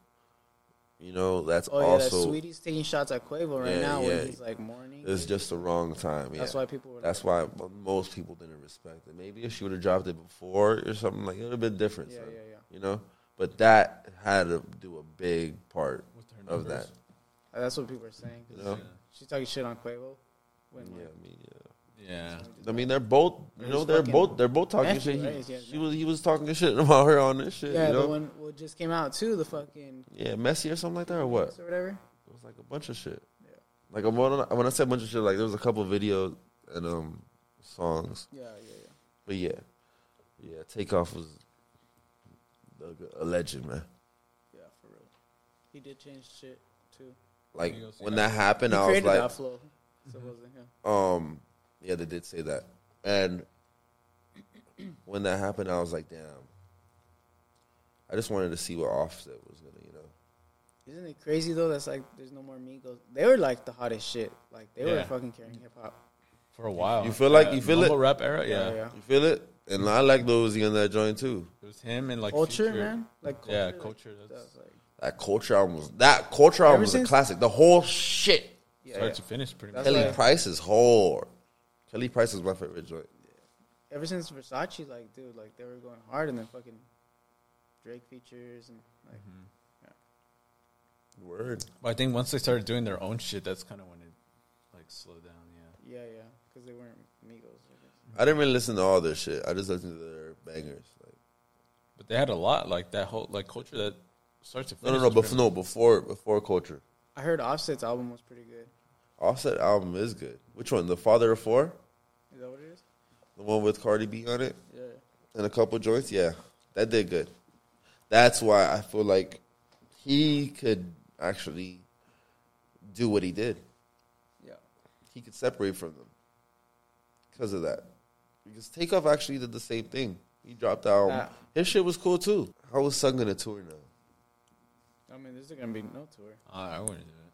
You know, that's Oh yeah, that also Sweetie's taking shots at Quavo right Yeah, now yeah. when he's like mourning. it's just the wrong time. That's yeah. why people were That's why most people didn't respect it. Maybe if she would have dropped it before or something like it would have been different. Yeah, son, yeah, yeah. You know, but that had to do a big part of that. Uh, That's what people are saying. 'cause You know? She's talking shit on Quavo. When, Yeah, like, I mean, yeah. Yeah, I mean, they're both. You He's know, they're fucking both. They're both talking nephew, shit. He, right? Yeah, she yeah. was. He was talking shit about her on this shit. yeah, you know? the one well, just came out too. The fucking Yeah, messy or something like that, or what? or whatever. It was like a bunch of shit. Like I'm- when I, when I said a bunch of shit, like there was a couple videos and um songs. Yeah, yeah, yeah. But yeah, yeah, Takeoff was a- a legend, man. Yeah, for real. He did change shit too. Like He goes, when yeah. that happened, He I was created like, Mm-hmm. that flow. So it wasn't him. um, yeah, they did say that. And when that happened, I was like, damn. I just wanted to see what Offset was gonna, you know. Isn't it crazy though? That's like there's no more Migos. They were like the hottest shit. Like they were Yeah. fucking carrying hip hop. for a while. You feel like- Yeah, you feel it? mumble rap era. Yeah. yeah. You feel it? And I like Lil Uzi on that joint too. it was him and like Culture, Future. man. Like culture, Yeah, like, culture, that's- that was, like That culture album was that culture album Ever was a since- classic. The whole shit. yeah, start yeah. to finish, pretty That's much. Kelly why- Price is whore. Kelly Price is my favorite joint. Ever since Versace, like dude, like they were going hard, and then fucking Drake features and like Word. But I think once they started doing their own shit, that's kind of when it like slowed down. Yeah. yeah, yeah, because they weren't Migos. I guess. I didn't really listen to all their shit. I just listened to their bangers. Like But they had a lot like that whole like culture that starts to no, finish. no, no. was But pretty no, before before culture. I heard Offset's album was pretty good. Offset album is good. Which one? The Father of Four, Is that what it is? the one with Cardi B on it, Yeah. and a couple joints. Yeah, that did good. That's why I feel like he could actually do what he did. Yeah. He could separate from them because of that. Because Takeoff actually did the same thing. He dropped out. Ah. His shit was cool too. How is Sun gonna tour now? I mean, this is gonna be no tour. I, I wouldn't do it.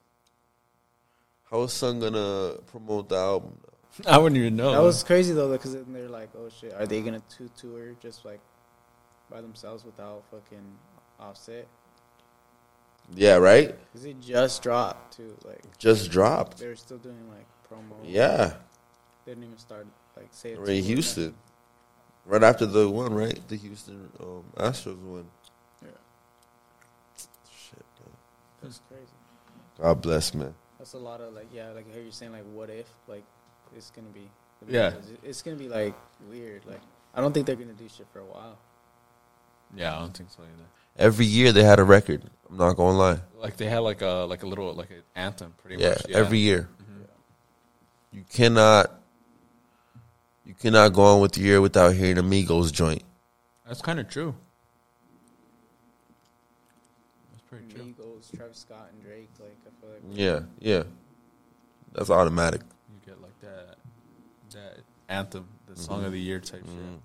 How is Sun gonna promote the album? Now? I wouldn't even know. That was crazy though, because then they're like, "Oh shit, are they gonna two tour just like by themselves without fucking Offset? Yeah, right. Because it just dropped too. Like Just dropped. they were still doing like promo. Yeah, They didn't even start like say it Ray to- Houston. Right after the one, right? The Houston um, Astros one. Yeah. Shit, man. That's crazy. God bless, man. That's a lot of like yeah, like I hear you saying like what if like it's gonna be the Yeah. Masters. It- it's gonna be like weird. Like I don't think they're gonna do shit for a while. Yeah, I don't think so either. Every year they had a record. I'm not gonna lie. Like they had like a like a little like an anthem, pretty Yeah, Mm-hmm. much. every year. You cannot. You cannot go on with the year without hearing Amigos joint. That's kind of true. That's pretty true. Eagles, Travis Scott, and Drake. Like I feel like Yeah, yeah. That's automatic. You get like that that anthem, the song of the year type shit.